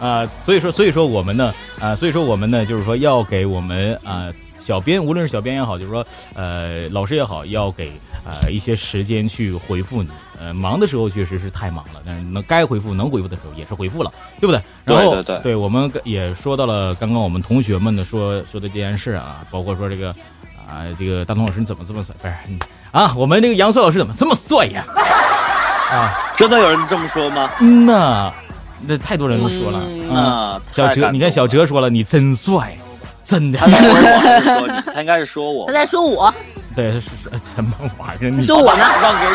C: 啊，所以说，所以说我们呢，啊、所以说我们呢，就是说要给我们啊、小编，无论是小编也好，就是说呃老师也好，要给呃一些时间去回复你。呃，忙的时候确实是太忙了，但是能该回复能回复的时候也是回复了，对不对？然后
G: 对对对
C: 我们也说到了刚刚我们同学们的说说的这件事啊，包括说这个啊、这个大东老师你怎么这么帅？不是你啊，我们这个杨帅老师怎么这么帅呀？
G: 真的有人这么说吗？
C: 嗯呐，那太多人都说了。
G: 嗯
C: 啊
G: 那
C: 小哲，你看小
G: 哲。
C: 哲说了，你真帅，真的
G: 他。在说我还是说你？他应该是说我。
E: 他在说我，
C: 对，是是什么玩意儿？你
E: 说我呢，
G: 让给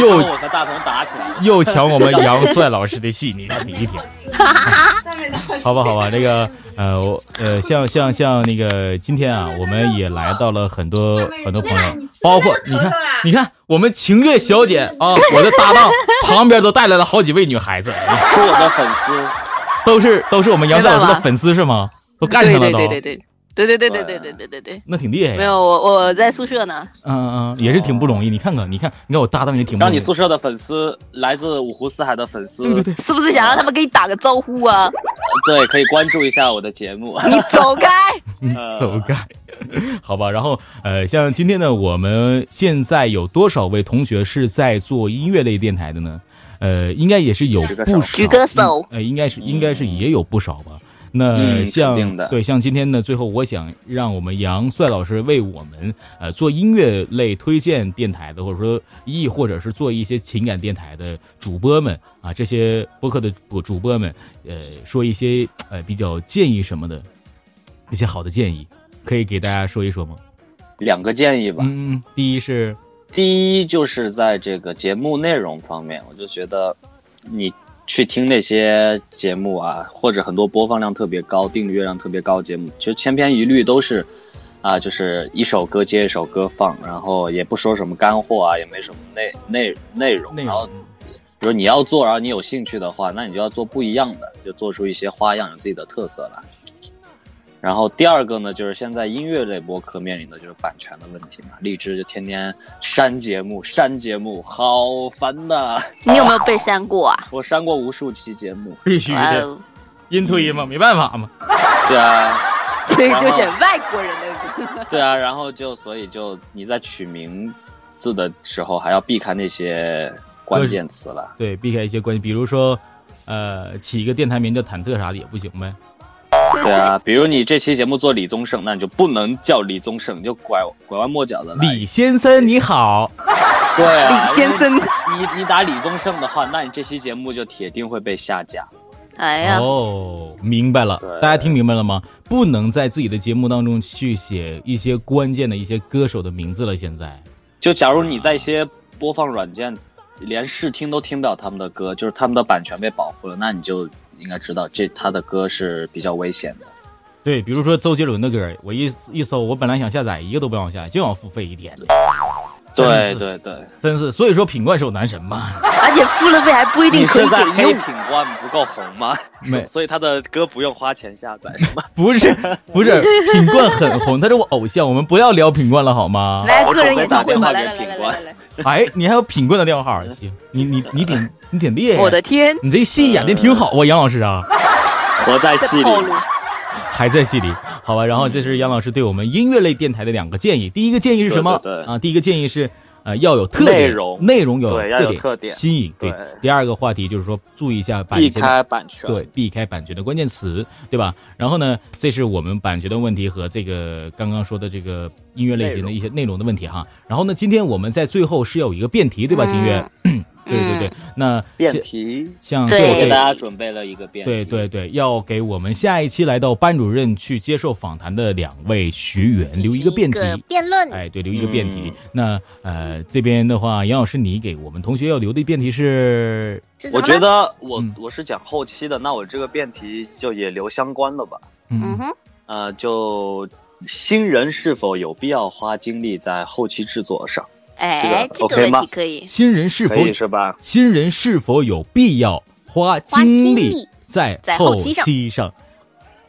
G: 你，
C: 又
G: 让我和大同打起来了。
C: 又抢我们杨帅老师的戏，你看你一天。好吧，好吧，那个呃，我呃，像像像那个今天啊，我们也来到了很多很多朋友，包括你看，你看我们晴月小姐啊，我的搭档旁边都带来了好几位女孩子，
G: 是我的粉丝，
C: 都是都是我们杨帅老师的粉丝是吗？都干上
E: 对
C: 了
E: 对
C: 都，
E: 对对对对对对对对对对对对，
C: 那挺厉害呀。
E: 没有我我在宿舍呢，
C: 嗯嗯，嗯，也是挺不容易。你看看，你看，你看我搭档也挺不
G: 让
C: 容易。
G: 你宿舍的粉丝，来自五湖四海的粉丝，
C: 对对对，
E: 是不是想让他们给你打个招呼啊？
G: 对可以关注一下我的节目。
E: 你走开。
C: 你
G: 呃
C: 走开，好吧。然后呃，像今天呢，我们现在有多少位同学是在做音乐类电台的呢？呃，应该也是有
G: 举个
C: 不
G: 手
C: 少，
E: 举个手
C: 嗯呃，应该是应该是也有不少吧。那
G: 嗯
C: 像、
G: 肯定的
C: 对像今天呢，最后我想让我们杨帅老师为我们呃做音乐类推荐电台的，或者说亦或者是做一些情感电台的主播们啊，这些播客的主主播们，呃，说一些呃比较建议什么的，一些好的建议，可以给大家说一说吗？
G: 两个建议吧，
C: 嗯，第一是
G: 第一就是在这个节目内容方面，我就觉得你去听那些节目啊，或者很多播放量特别高、订阅量特别高的节目，其实千篇一律都是啊，就是一首歌接一首歌放，然后也不说什么干货啊，也没什么内内内容，
C: 内
G: 然后
C: 容，
G: 比如你要做，然后你有兴趣的话，那你就要做不一样的，就做出一些花样，有自己的特色来。然后第二个呢，就是现在音乐类播客面临的就是版权的问题嘛，荔枝就天天删节目，删节目，好烦呐！
E: 你有没有被删过啊？
G: 我删过无数期节目，
C: 必须
E: 哇
C: 的，
E: 哦，
C: 音推嘛，没办法嘛。
G: 对啊，
E: 所以就选外国人的 歌。
G: 对啊，然后就所以就你在取名字的时候还要避开那些关键词了，
C: 对，避开一些关系，比如说，呃，起一个电台名叫忐忑啥的也不行呗。
G: 对啊，比如你这期节目做李宗盛，那你就不能叫李宗盛，你就拐拐弯抹角的来
C: 李先生你好，
G: 对啊，
E: 李先生
G: 你，你你打李宗盛的话，那你这期节目就铁定会被下架。
E: 哎呀，
C: 哦，明白了，
G: 对
C: 大家听明白了吗？不能在自己的节目当中去写一些关键的一些歌手的名字了。现在，
G: 就假如你在一些播放软件连试听都听不了他们的歌，就是他们的版权被保护了，那你就应该知道这他的歌是比较危险的。
C: 对，比如说周杰伦的歌，我一一搜，我本来想下载一个都不让下，就想付费一天，
G: 对对对，
C: 真是。所以说品冠是我男神 嘛，
E: 而且付了费还不一定
G: 你
E: 可
G: 是
E: 以
G: 在
E: 给
G: 黑
E: 用。
G: 品冠不够红 吗？
C: 没
G: 所以他的歌不用花钱下载是 吗？
C: 不是不是，品冠很红，他是我偶像，我们不要聊品冠了好 吗？
E: 来
G: 啊我
E: 个人
G: 准备
E: 演
G: 打
E: 唱会
G: 电
E: 吧，
G: 话
E: 来
G: 给
E: 来来来
G: 品
E: 来
G: 冠
E: 来
C: 哎，你还有品冠的电话，行，你你你挺你挺厉害
E: 来，
C: 呀，
E: 我的天，
C: 你这戏演的挺好啊，杨老师啊，
G: 我在
E: 这
G: 戏里
E: 套路，
C: 还在戏里，好吧。然后这是杨老师对我们音乐类电台的两个建议，第一个建议是什么？
G: 对对对
C: 啊，第一个建议是。呃，要有特点，
G: 内容
C: 内容有
G: 对要有特点
C: 新颖。对
G: 对，
C: 第二个话题就是说，注意一下版
G: 避
C: 权的
G: 开版权。
C: 对，避开版权的关键词，对吧？然后呢，这是我们版权的问题和这个刚刚说的这个音乐类型的一些内容的问题哈。然后呢，今天我们在最后是要有一个辩题，对
G: 嗯
C: 吧？秦月， 对对对，那
G: 辩
C: 像
G: 题，
C: 像
E: 对
G: 我
C: 对
G: 给大家准备了一个辩题。
C: 对对对，要给我们下一期来到班主任去接受访谈的两位学员留一个辩题。
E: 辩论，
C: 哎，对，留
G: 嗯
C: 一个辩题。那呃，这边的话，杨老师，你给我们同学要留的辩题是
G: 我觉得我
C: 嗯
G: 我是讲后期的，那我这个辩题就也留相关的吧。
E: 嗯哼，
G: 呃，就新人是否有必要花精力在后期制作上？
E: 哎，
G: 嗯
E: 这
G: 这个
E: 个
G: OK
E: 问
G: 吗
E: 题可以，
C: 新人是
G: 可
C: 否
G: 以是吧？
C: 新人是否有必要花
E: 精
C: 精
E: 力
C: 力在
E: 在后
C: 后
E: 期上
C: 期上？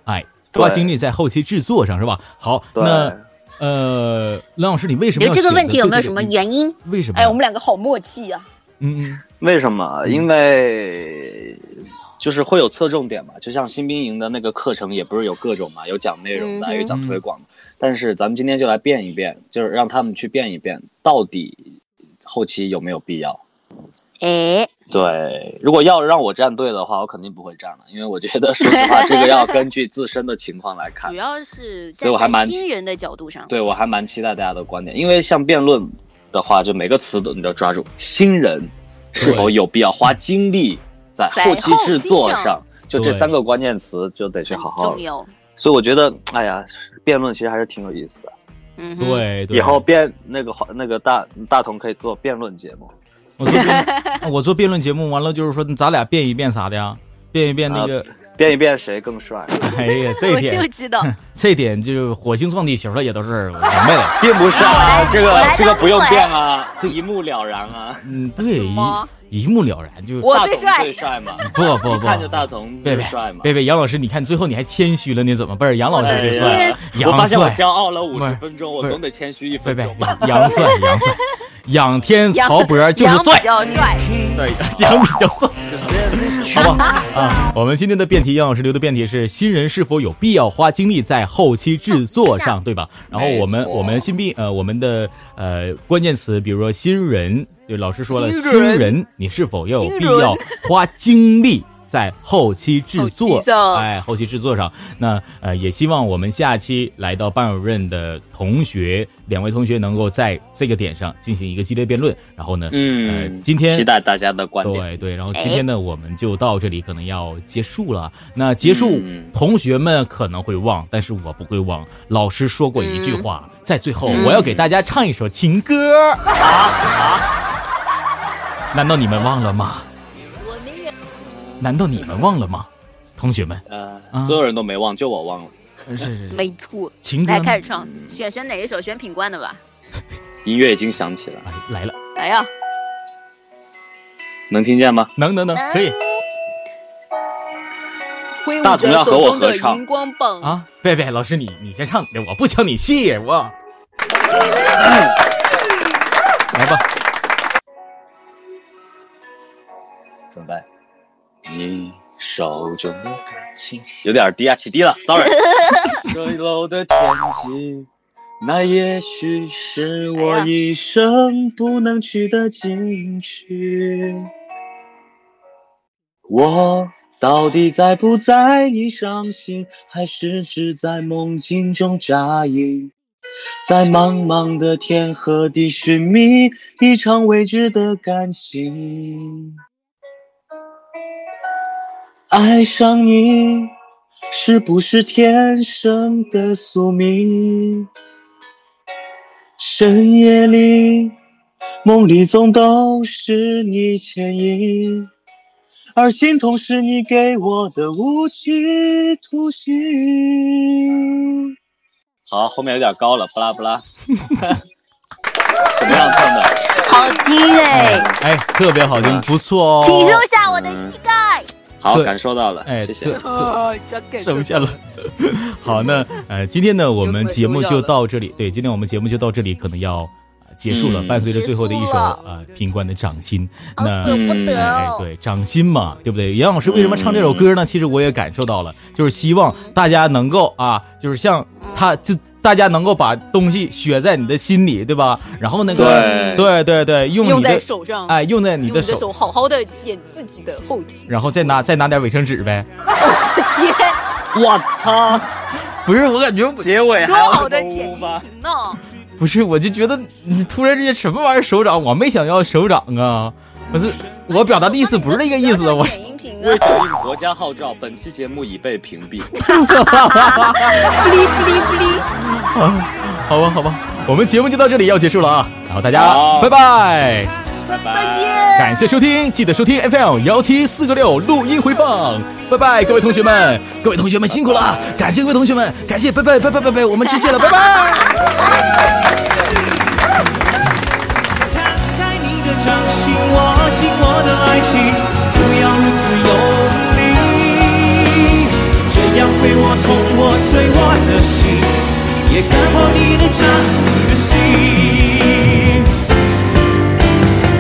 C: 哎，
G: 对
C: 花精力在后期制作上是吧？好，
G: 对
C: 那呃，梁老师，你为什么
E: 觉
C: 要
E: 得这个
C: 选
E: 问
C: 择
E: 题有没
C: 对
E: 有
C: 对
E: 什
C: 对
E: 么
C: 你
E: 原因？
C: 为什么？
H: 哎，我们两个好默契啊呀、
C: 嗯嗯
G: 为什么？因为就是会有侧重点嘛，就像新兵营的那个课程也不是有各种嘛，有讲内
E: 嗯
G: 容的，
E: 哼
G: 有讲推广的。但是咱们今天就来变一变，就是让他们去变一变，到底后期有没有必要？
E: 哎，
G: 对，如果要让我站队的话，我肯定不会站了，因为我觉得说实话，这个要根据自身的情况来看
E: 主。要是
G: 所
E: 站
G: 以我还
E: 在
G: 蛮
E: 新人的角度上，
G: 对我还蛮期待大家的观点，因为像辩论的话，就每个词都你都要抓住。新人是否有必要花精力在
E: 在
G: 后期制作
E: 后期上
G: 就这
C: 对
G: 三个关键词就得去
E: 很
G: 好好
E: 重。要。
G: 所以我觉得，哎呀，辩论其实还是挺有意思的。
E: 嗯哼，
C: 对对，
G: 以后辩那个那个大大同可以做辩论节目，
C: 我做辩我做辩论节目，完了就是说咱俩辩一辩啥的呀，辩一辩那个，
G: 辩一辩谁更帅，
C: 哎呀， 这
E: 我
C: 一
E: 就
C: 点
E: 知道，
C: 这点就火星撞地球了，也都是我明白了。
G: 并不是啊，这
E: 我
G: 个
E: 来
G: 这个
E: 当
G: 不用
E: 鬼
G: 辩啊，这一目了然啊。
C: 嗯，对，
E: 么
C: 一一目了然，就
E: 我
G: 大
E: 最
G: 同
E: 帅
G: 最帅嘛，
C: 不不
G: 一
C: 不，
G: 看就大同
C: 别
G: 最
C: 别
G: 帅嘛。
C: 别别，杨老师，你看最后你还谦虚了，你怎么不是杨老师
G: 哎
C: 是
G: 呀
C: 帅，
G: 我
C: 杨
G: 发现我
C: 帅，
G: 骄傲了五
C: 不是
G: 十分钟，我
C: 不是
G: 总得谦虚一
C: 别
G: 分
C: 别
G: 钟吧。，
C: 杨帅杨帅，仰天
E: 杨
C: 曹博就是
E: 杨
C: 帅
E: 比，较帅，
C: 对，杨比较帅， 好吧啊，我们今天的辩题，杨老师留的辩题是新人是否有必要花精力在后期制作上，对吧？然后我们我们新币呃我们的呃关键词，比如说新人，就老师说了，
E: 新人
C: 新人你是否要有
E: 新
C: 必
E: 人
C: 要花精力？在后期制
E: 后
C: 作
E: 期，上
C: 哎，后期制作上，那呃，也希望我们下期来到班主任的同学，两位同学能够在这个点上进行一个激烈辩论。然后呢，
G: 嗯
C: 呃，今天
G: 期待大家的观点。
C: 对哎对，然后今天呢，我们就到这里，可能要结束了。那结束，
G: 嗯
C: 同学们可能会忘，但是我不会忘。老师说过一句话，在最后我要给大家唱一首情歌。啊啊！ 难道你们忘了吗？难道你们忘了吗？同学们，
G: 呃
C: 啊，
G: 所有人都没忘，就我忘了。
C: 是是是，
E: 没 错。
C: 情歌
E: 来
C: 呢
E: 开始唱，选选哪一首？选品冠的吧。
G: 音乐已经响起了，
C: 哎来了，
E: 来呀，
G: 能听见吗？
C: 能能能，可以
E: 挥舞
G: 大同要
E: 着
G: 和
E: 手
G: 我
E: 中的
G: 合唱
E: 荧光棒。
C: 啊！贝贝老师，你你先唱，我不抢你戏，我。嗯来吧，
G: 准备。你手中的感情有点低啊，起低了，sorry。坠落的天际，那也许是
E: 哎
G: 我
E: 呀
G: 一生不能去的禁区。我到底在不在你伤心，还是只在梦境中扎营？在茫茫的天和地寻觅一场未知的感情。爱上你是不是天生的宿命？深夜里，梦里总都是你牵引，而心痛是你给我的无期徒刑。好，后面有点高了，不拉不拉。怎么样唱的？
E: 好听哎，
C: 哎，特别好听，不错哦。
E: 请收下我的膝盖。
G: 好，
C: 对
G: 感受到了，
C: 哎，
G: 谢谢。
C: 特特
E: 哦，这感
C: 剩下了。 好，那呃，今天呢，我们节目就到这里。对，今天我们节目就到这里，可能要呃结束了。
G: 嗯
C: 伴随着最后的一
E: 结
C: 首
E: 束了啊
C: 呃，品冠的《掌心》，
E: 好
C: 那
E: 舍不得
C: 嗯哎
E: 哦，
C: 对，掌心嘛，对不对？杨老师为什么唱这首歌
E: 嗯
C: 呢？其实我也感受到了，就是希望大家能够啊，就是像他就。大家能够把东西学在你的心里，对吧？然后那个，对对对，用
E: 用
C: 你
E: 在
C: 的
E: 手上，
C: 哎，用在你
E: 用你
C: 的
E: 的
C: 手，
E: 手好好的剪自己的后期。
C: 然后再拿再拿点卫生纸呗。
E: 天，
G: 我操，
C: 不是，我感觉我
G: 结尾
E: 说
G: 还有
E: 好的
G: 什
E: 剪
G: 么污吗？
E: 辑呢？
C: 不是，我就觉得你突然之间什么玩意儿手掌，我没想要手掌啊！不是，我表达的意思不是这个意思，我
E: 剪音频啊
G: 为，响应国家号召，本期节目已被屏蔽。
E: 不哩不哩不哩。
C: 好吧，好吧，我们节目就到这里要结束了啊！然后大家
G: 好
C: 拜拜，
G: 拜拜。
C: 感谢收听，记得收听 FM 幺七四个六录音回放，拜拜，各位同学们，各位同学们辛苦了，感谢各位同学们，感谢，拜拜，拜拜，拜拜，我们致谢了，拜拜。
I: 摊开你的掌心，握紧我的爱情，不要如此用力，这样会我痛，我碎我的心，也别看破你的掌，你的心。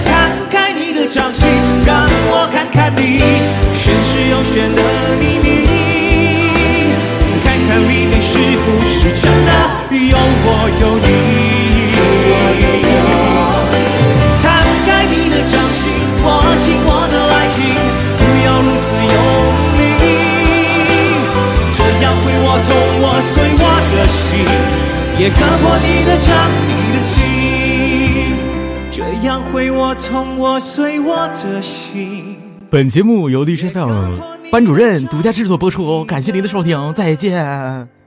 I: 摊开你的掌心，让我看看你身世有玄的秘密，看看里面是不是真的有我有你。摊开你的掌心，握紧我的爱情，不要如此用力，这样会我痛我碎我的心，也割破你的掌，你的心，这样会我痛我碎我的心。
C: 本节目由荔枝 FM 班主任独家制作播出哦，感谢您的收听，再见。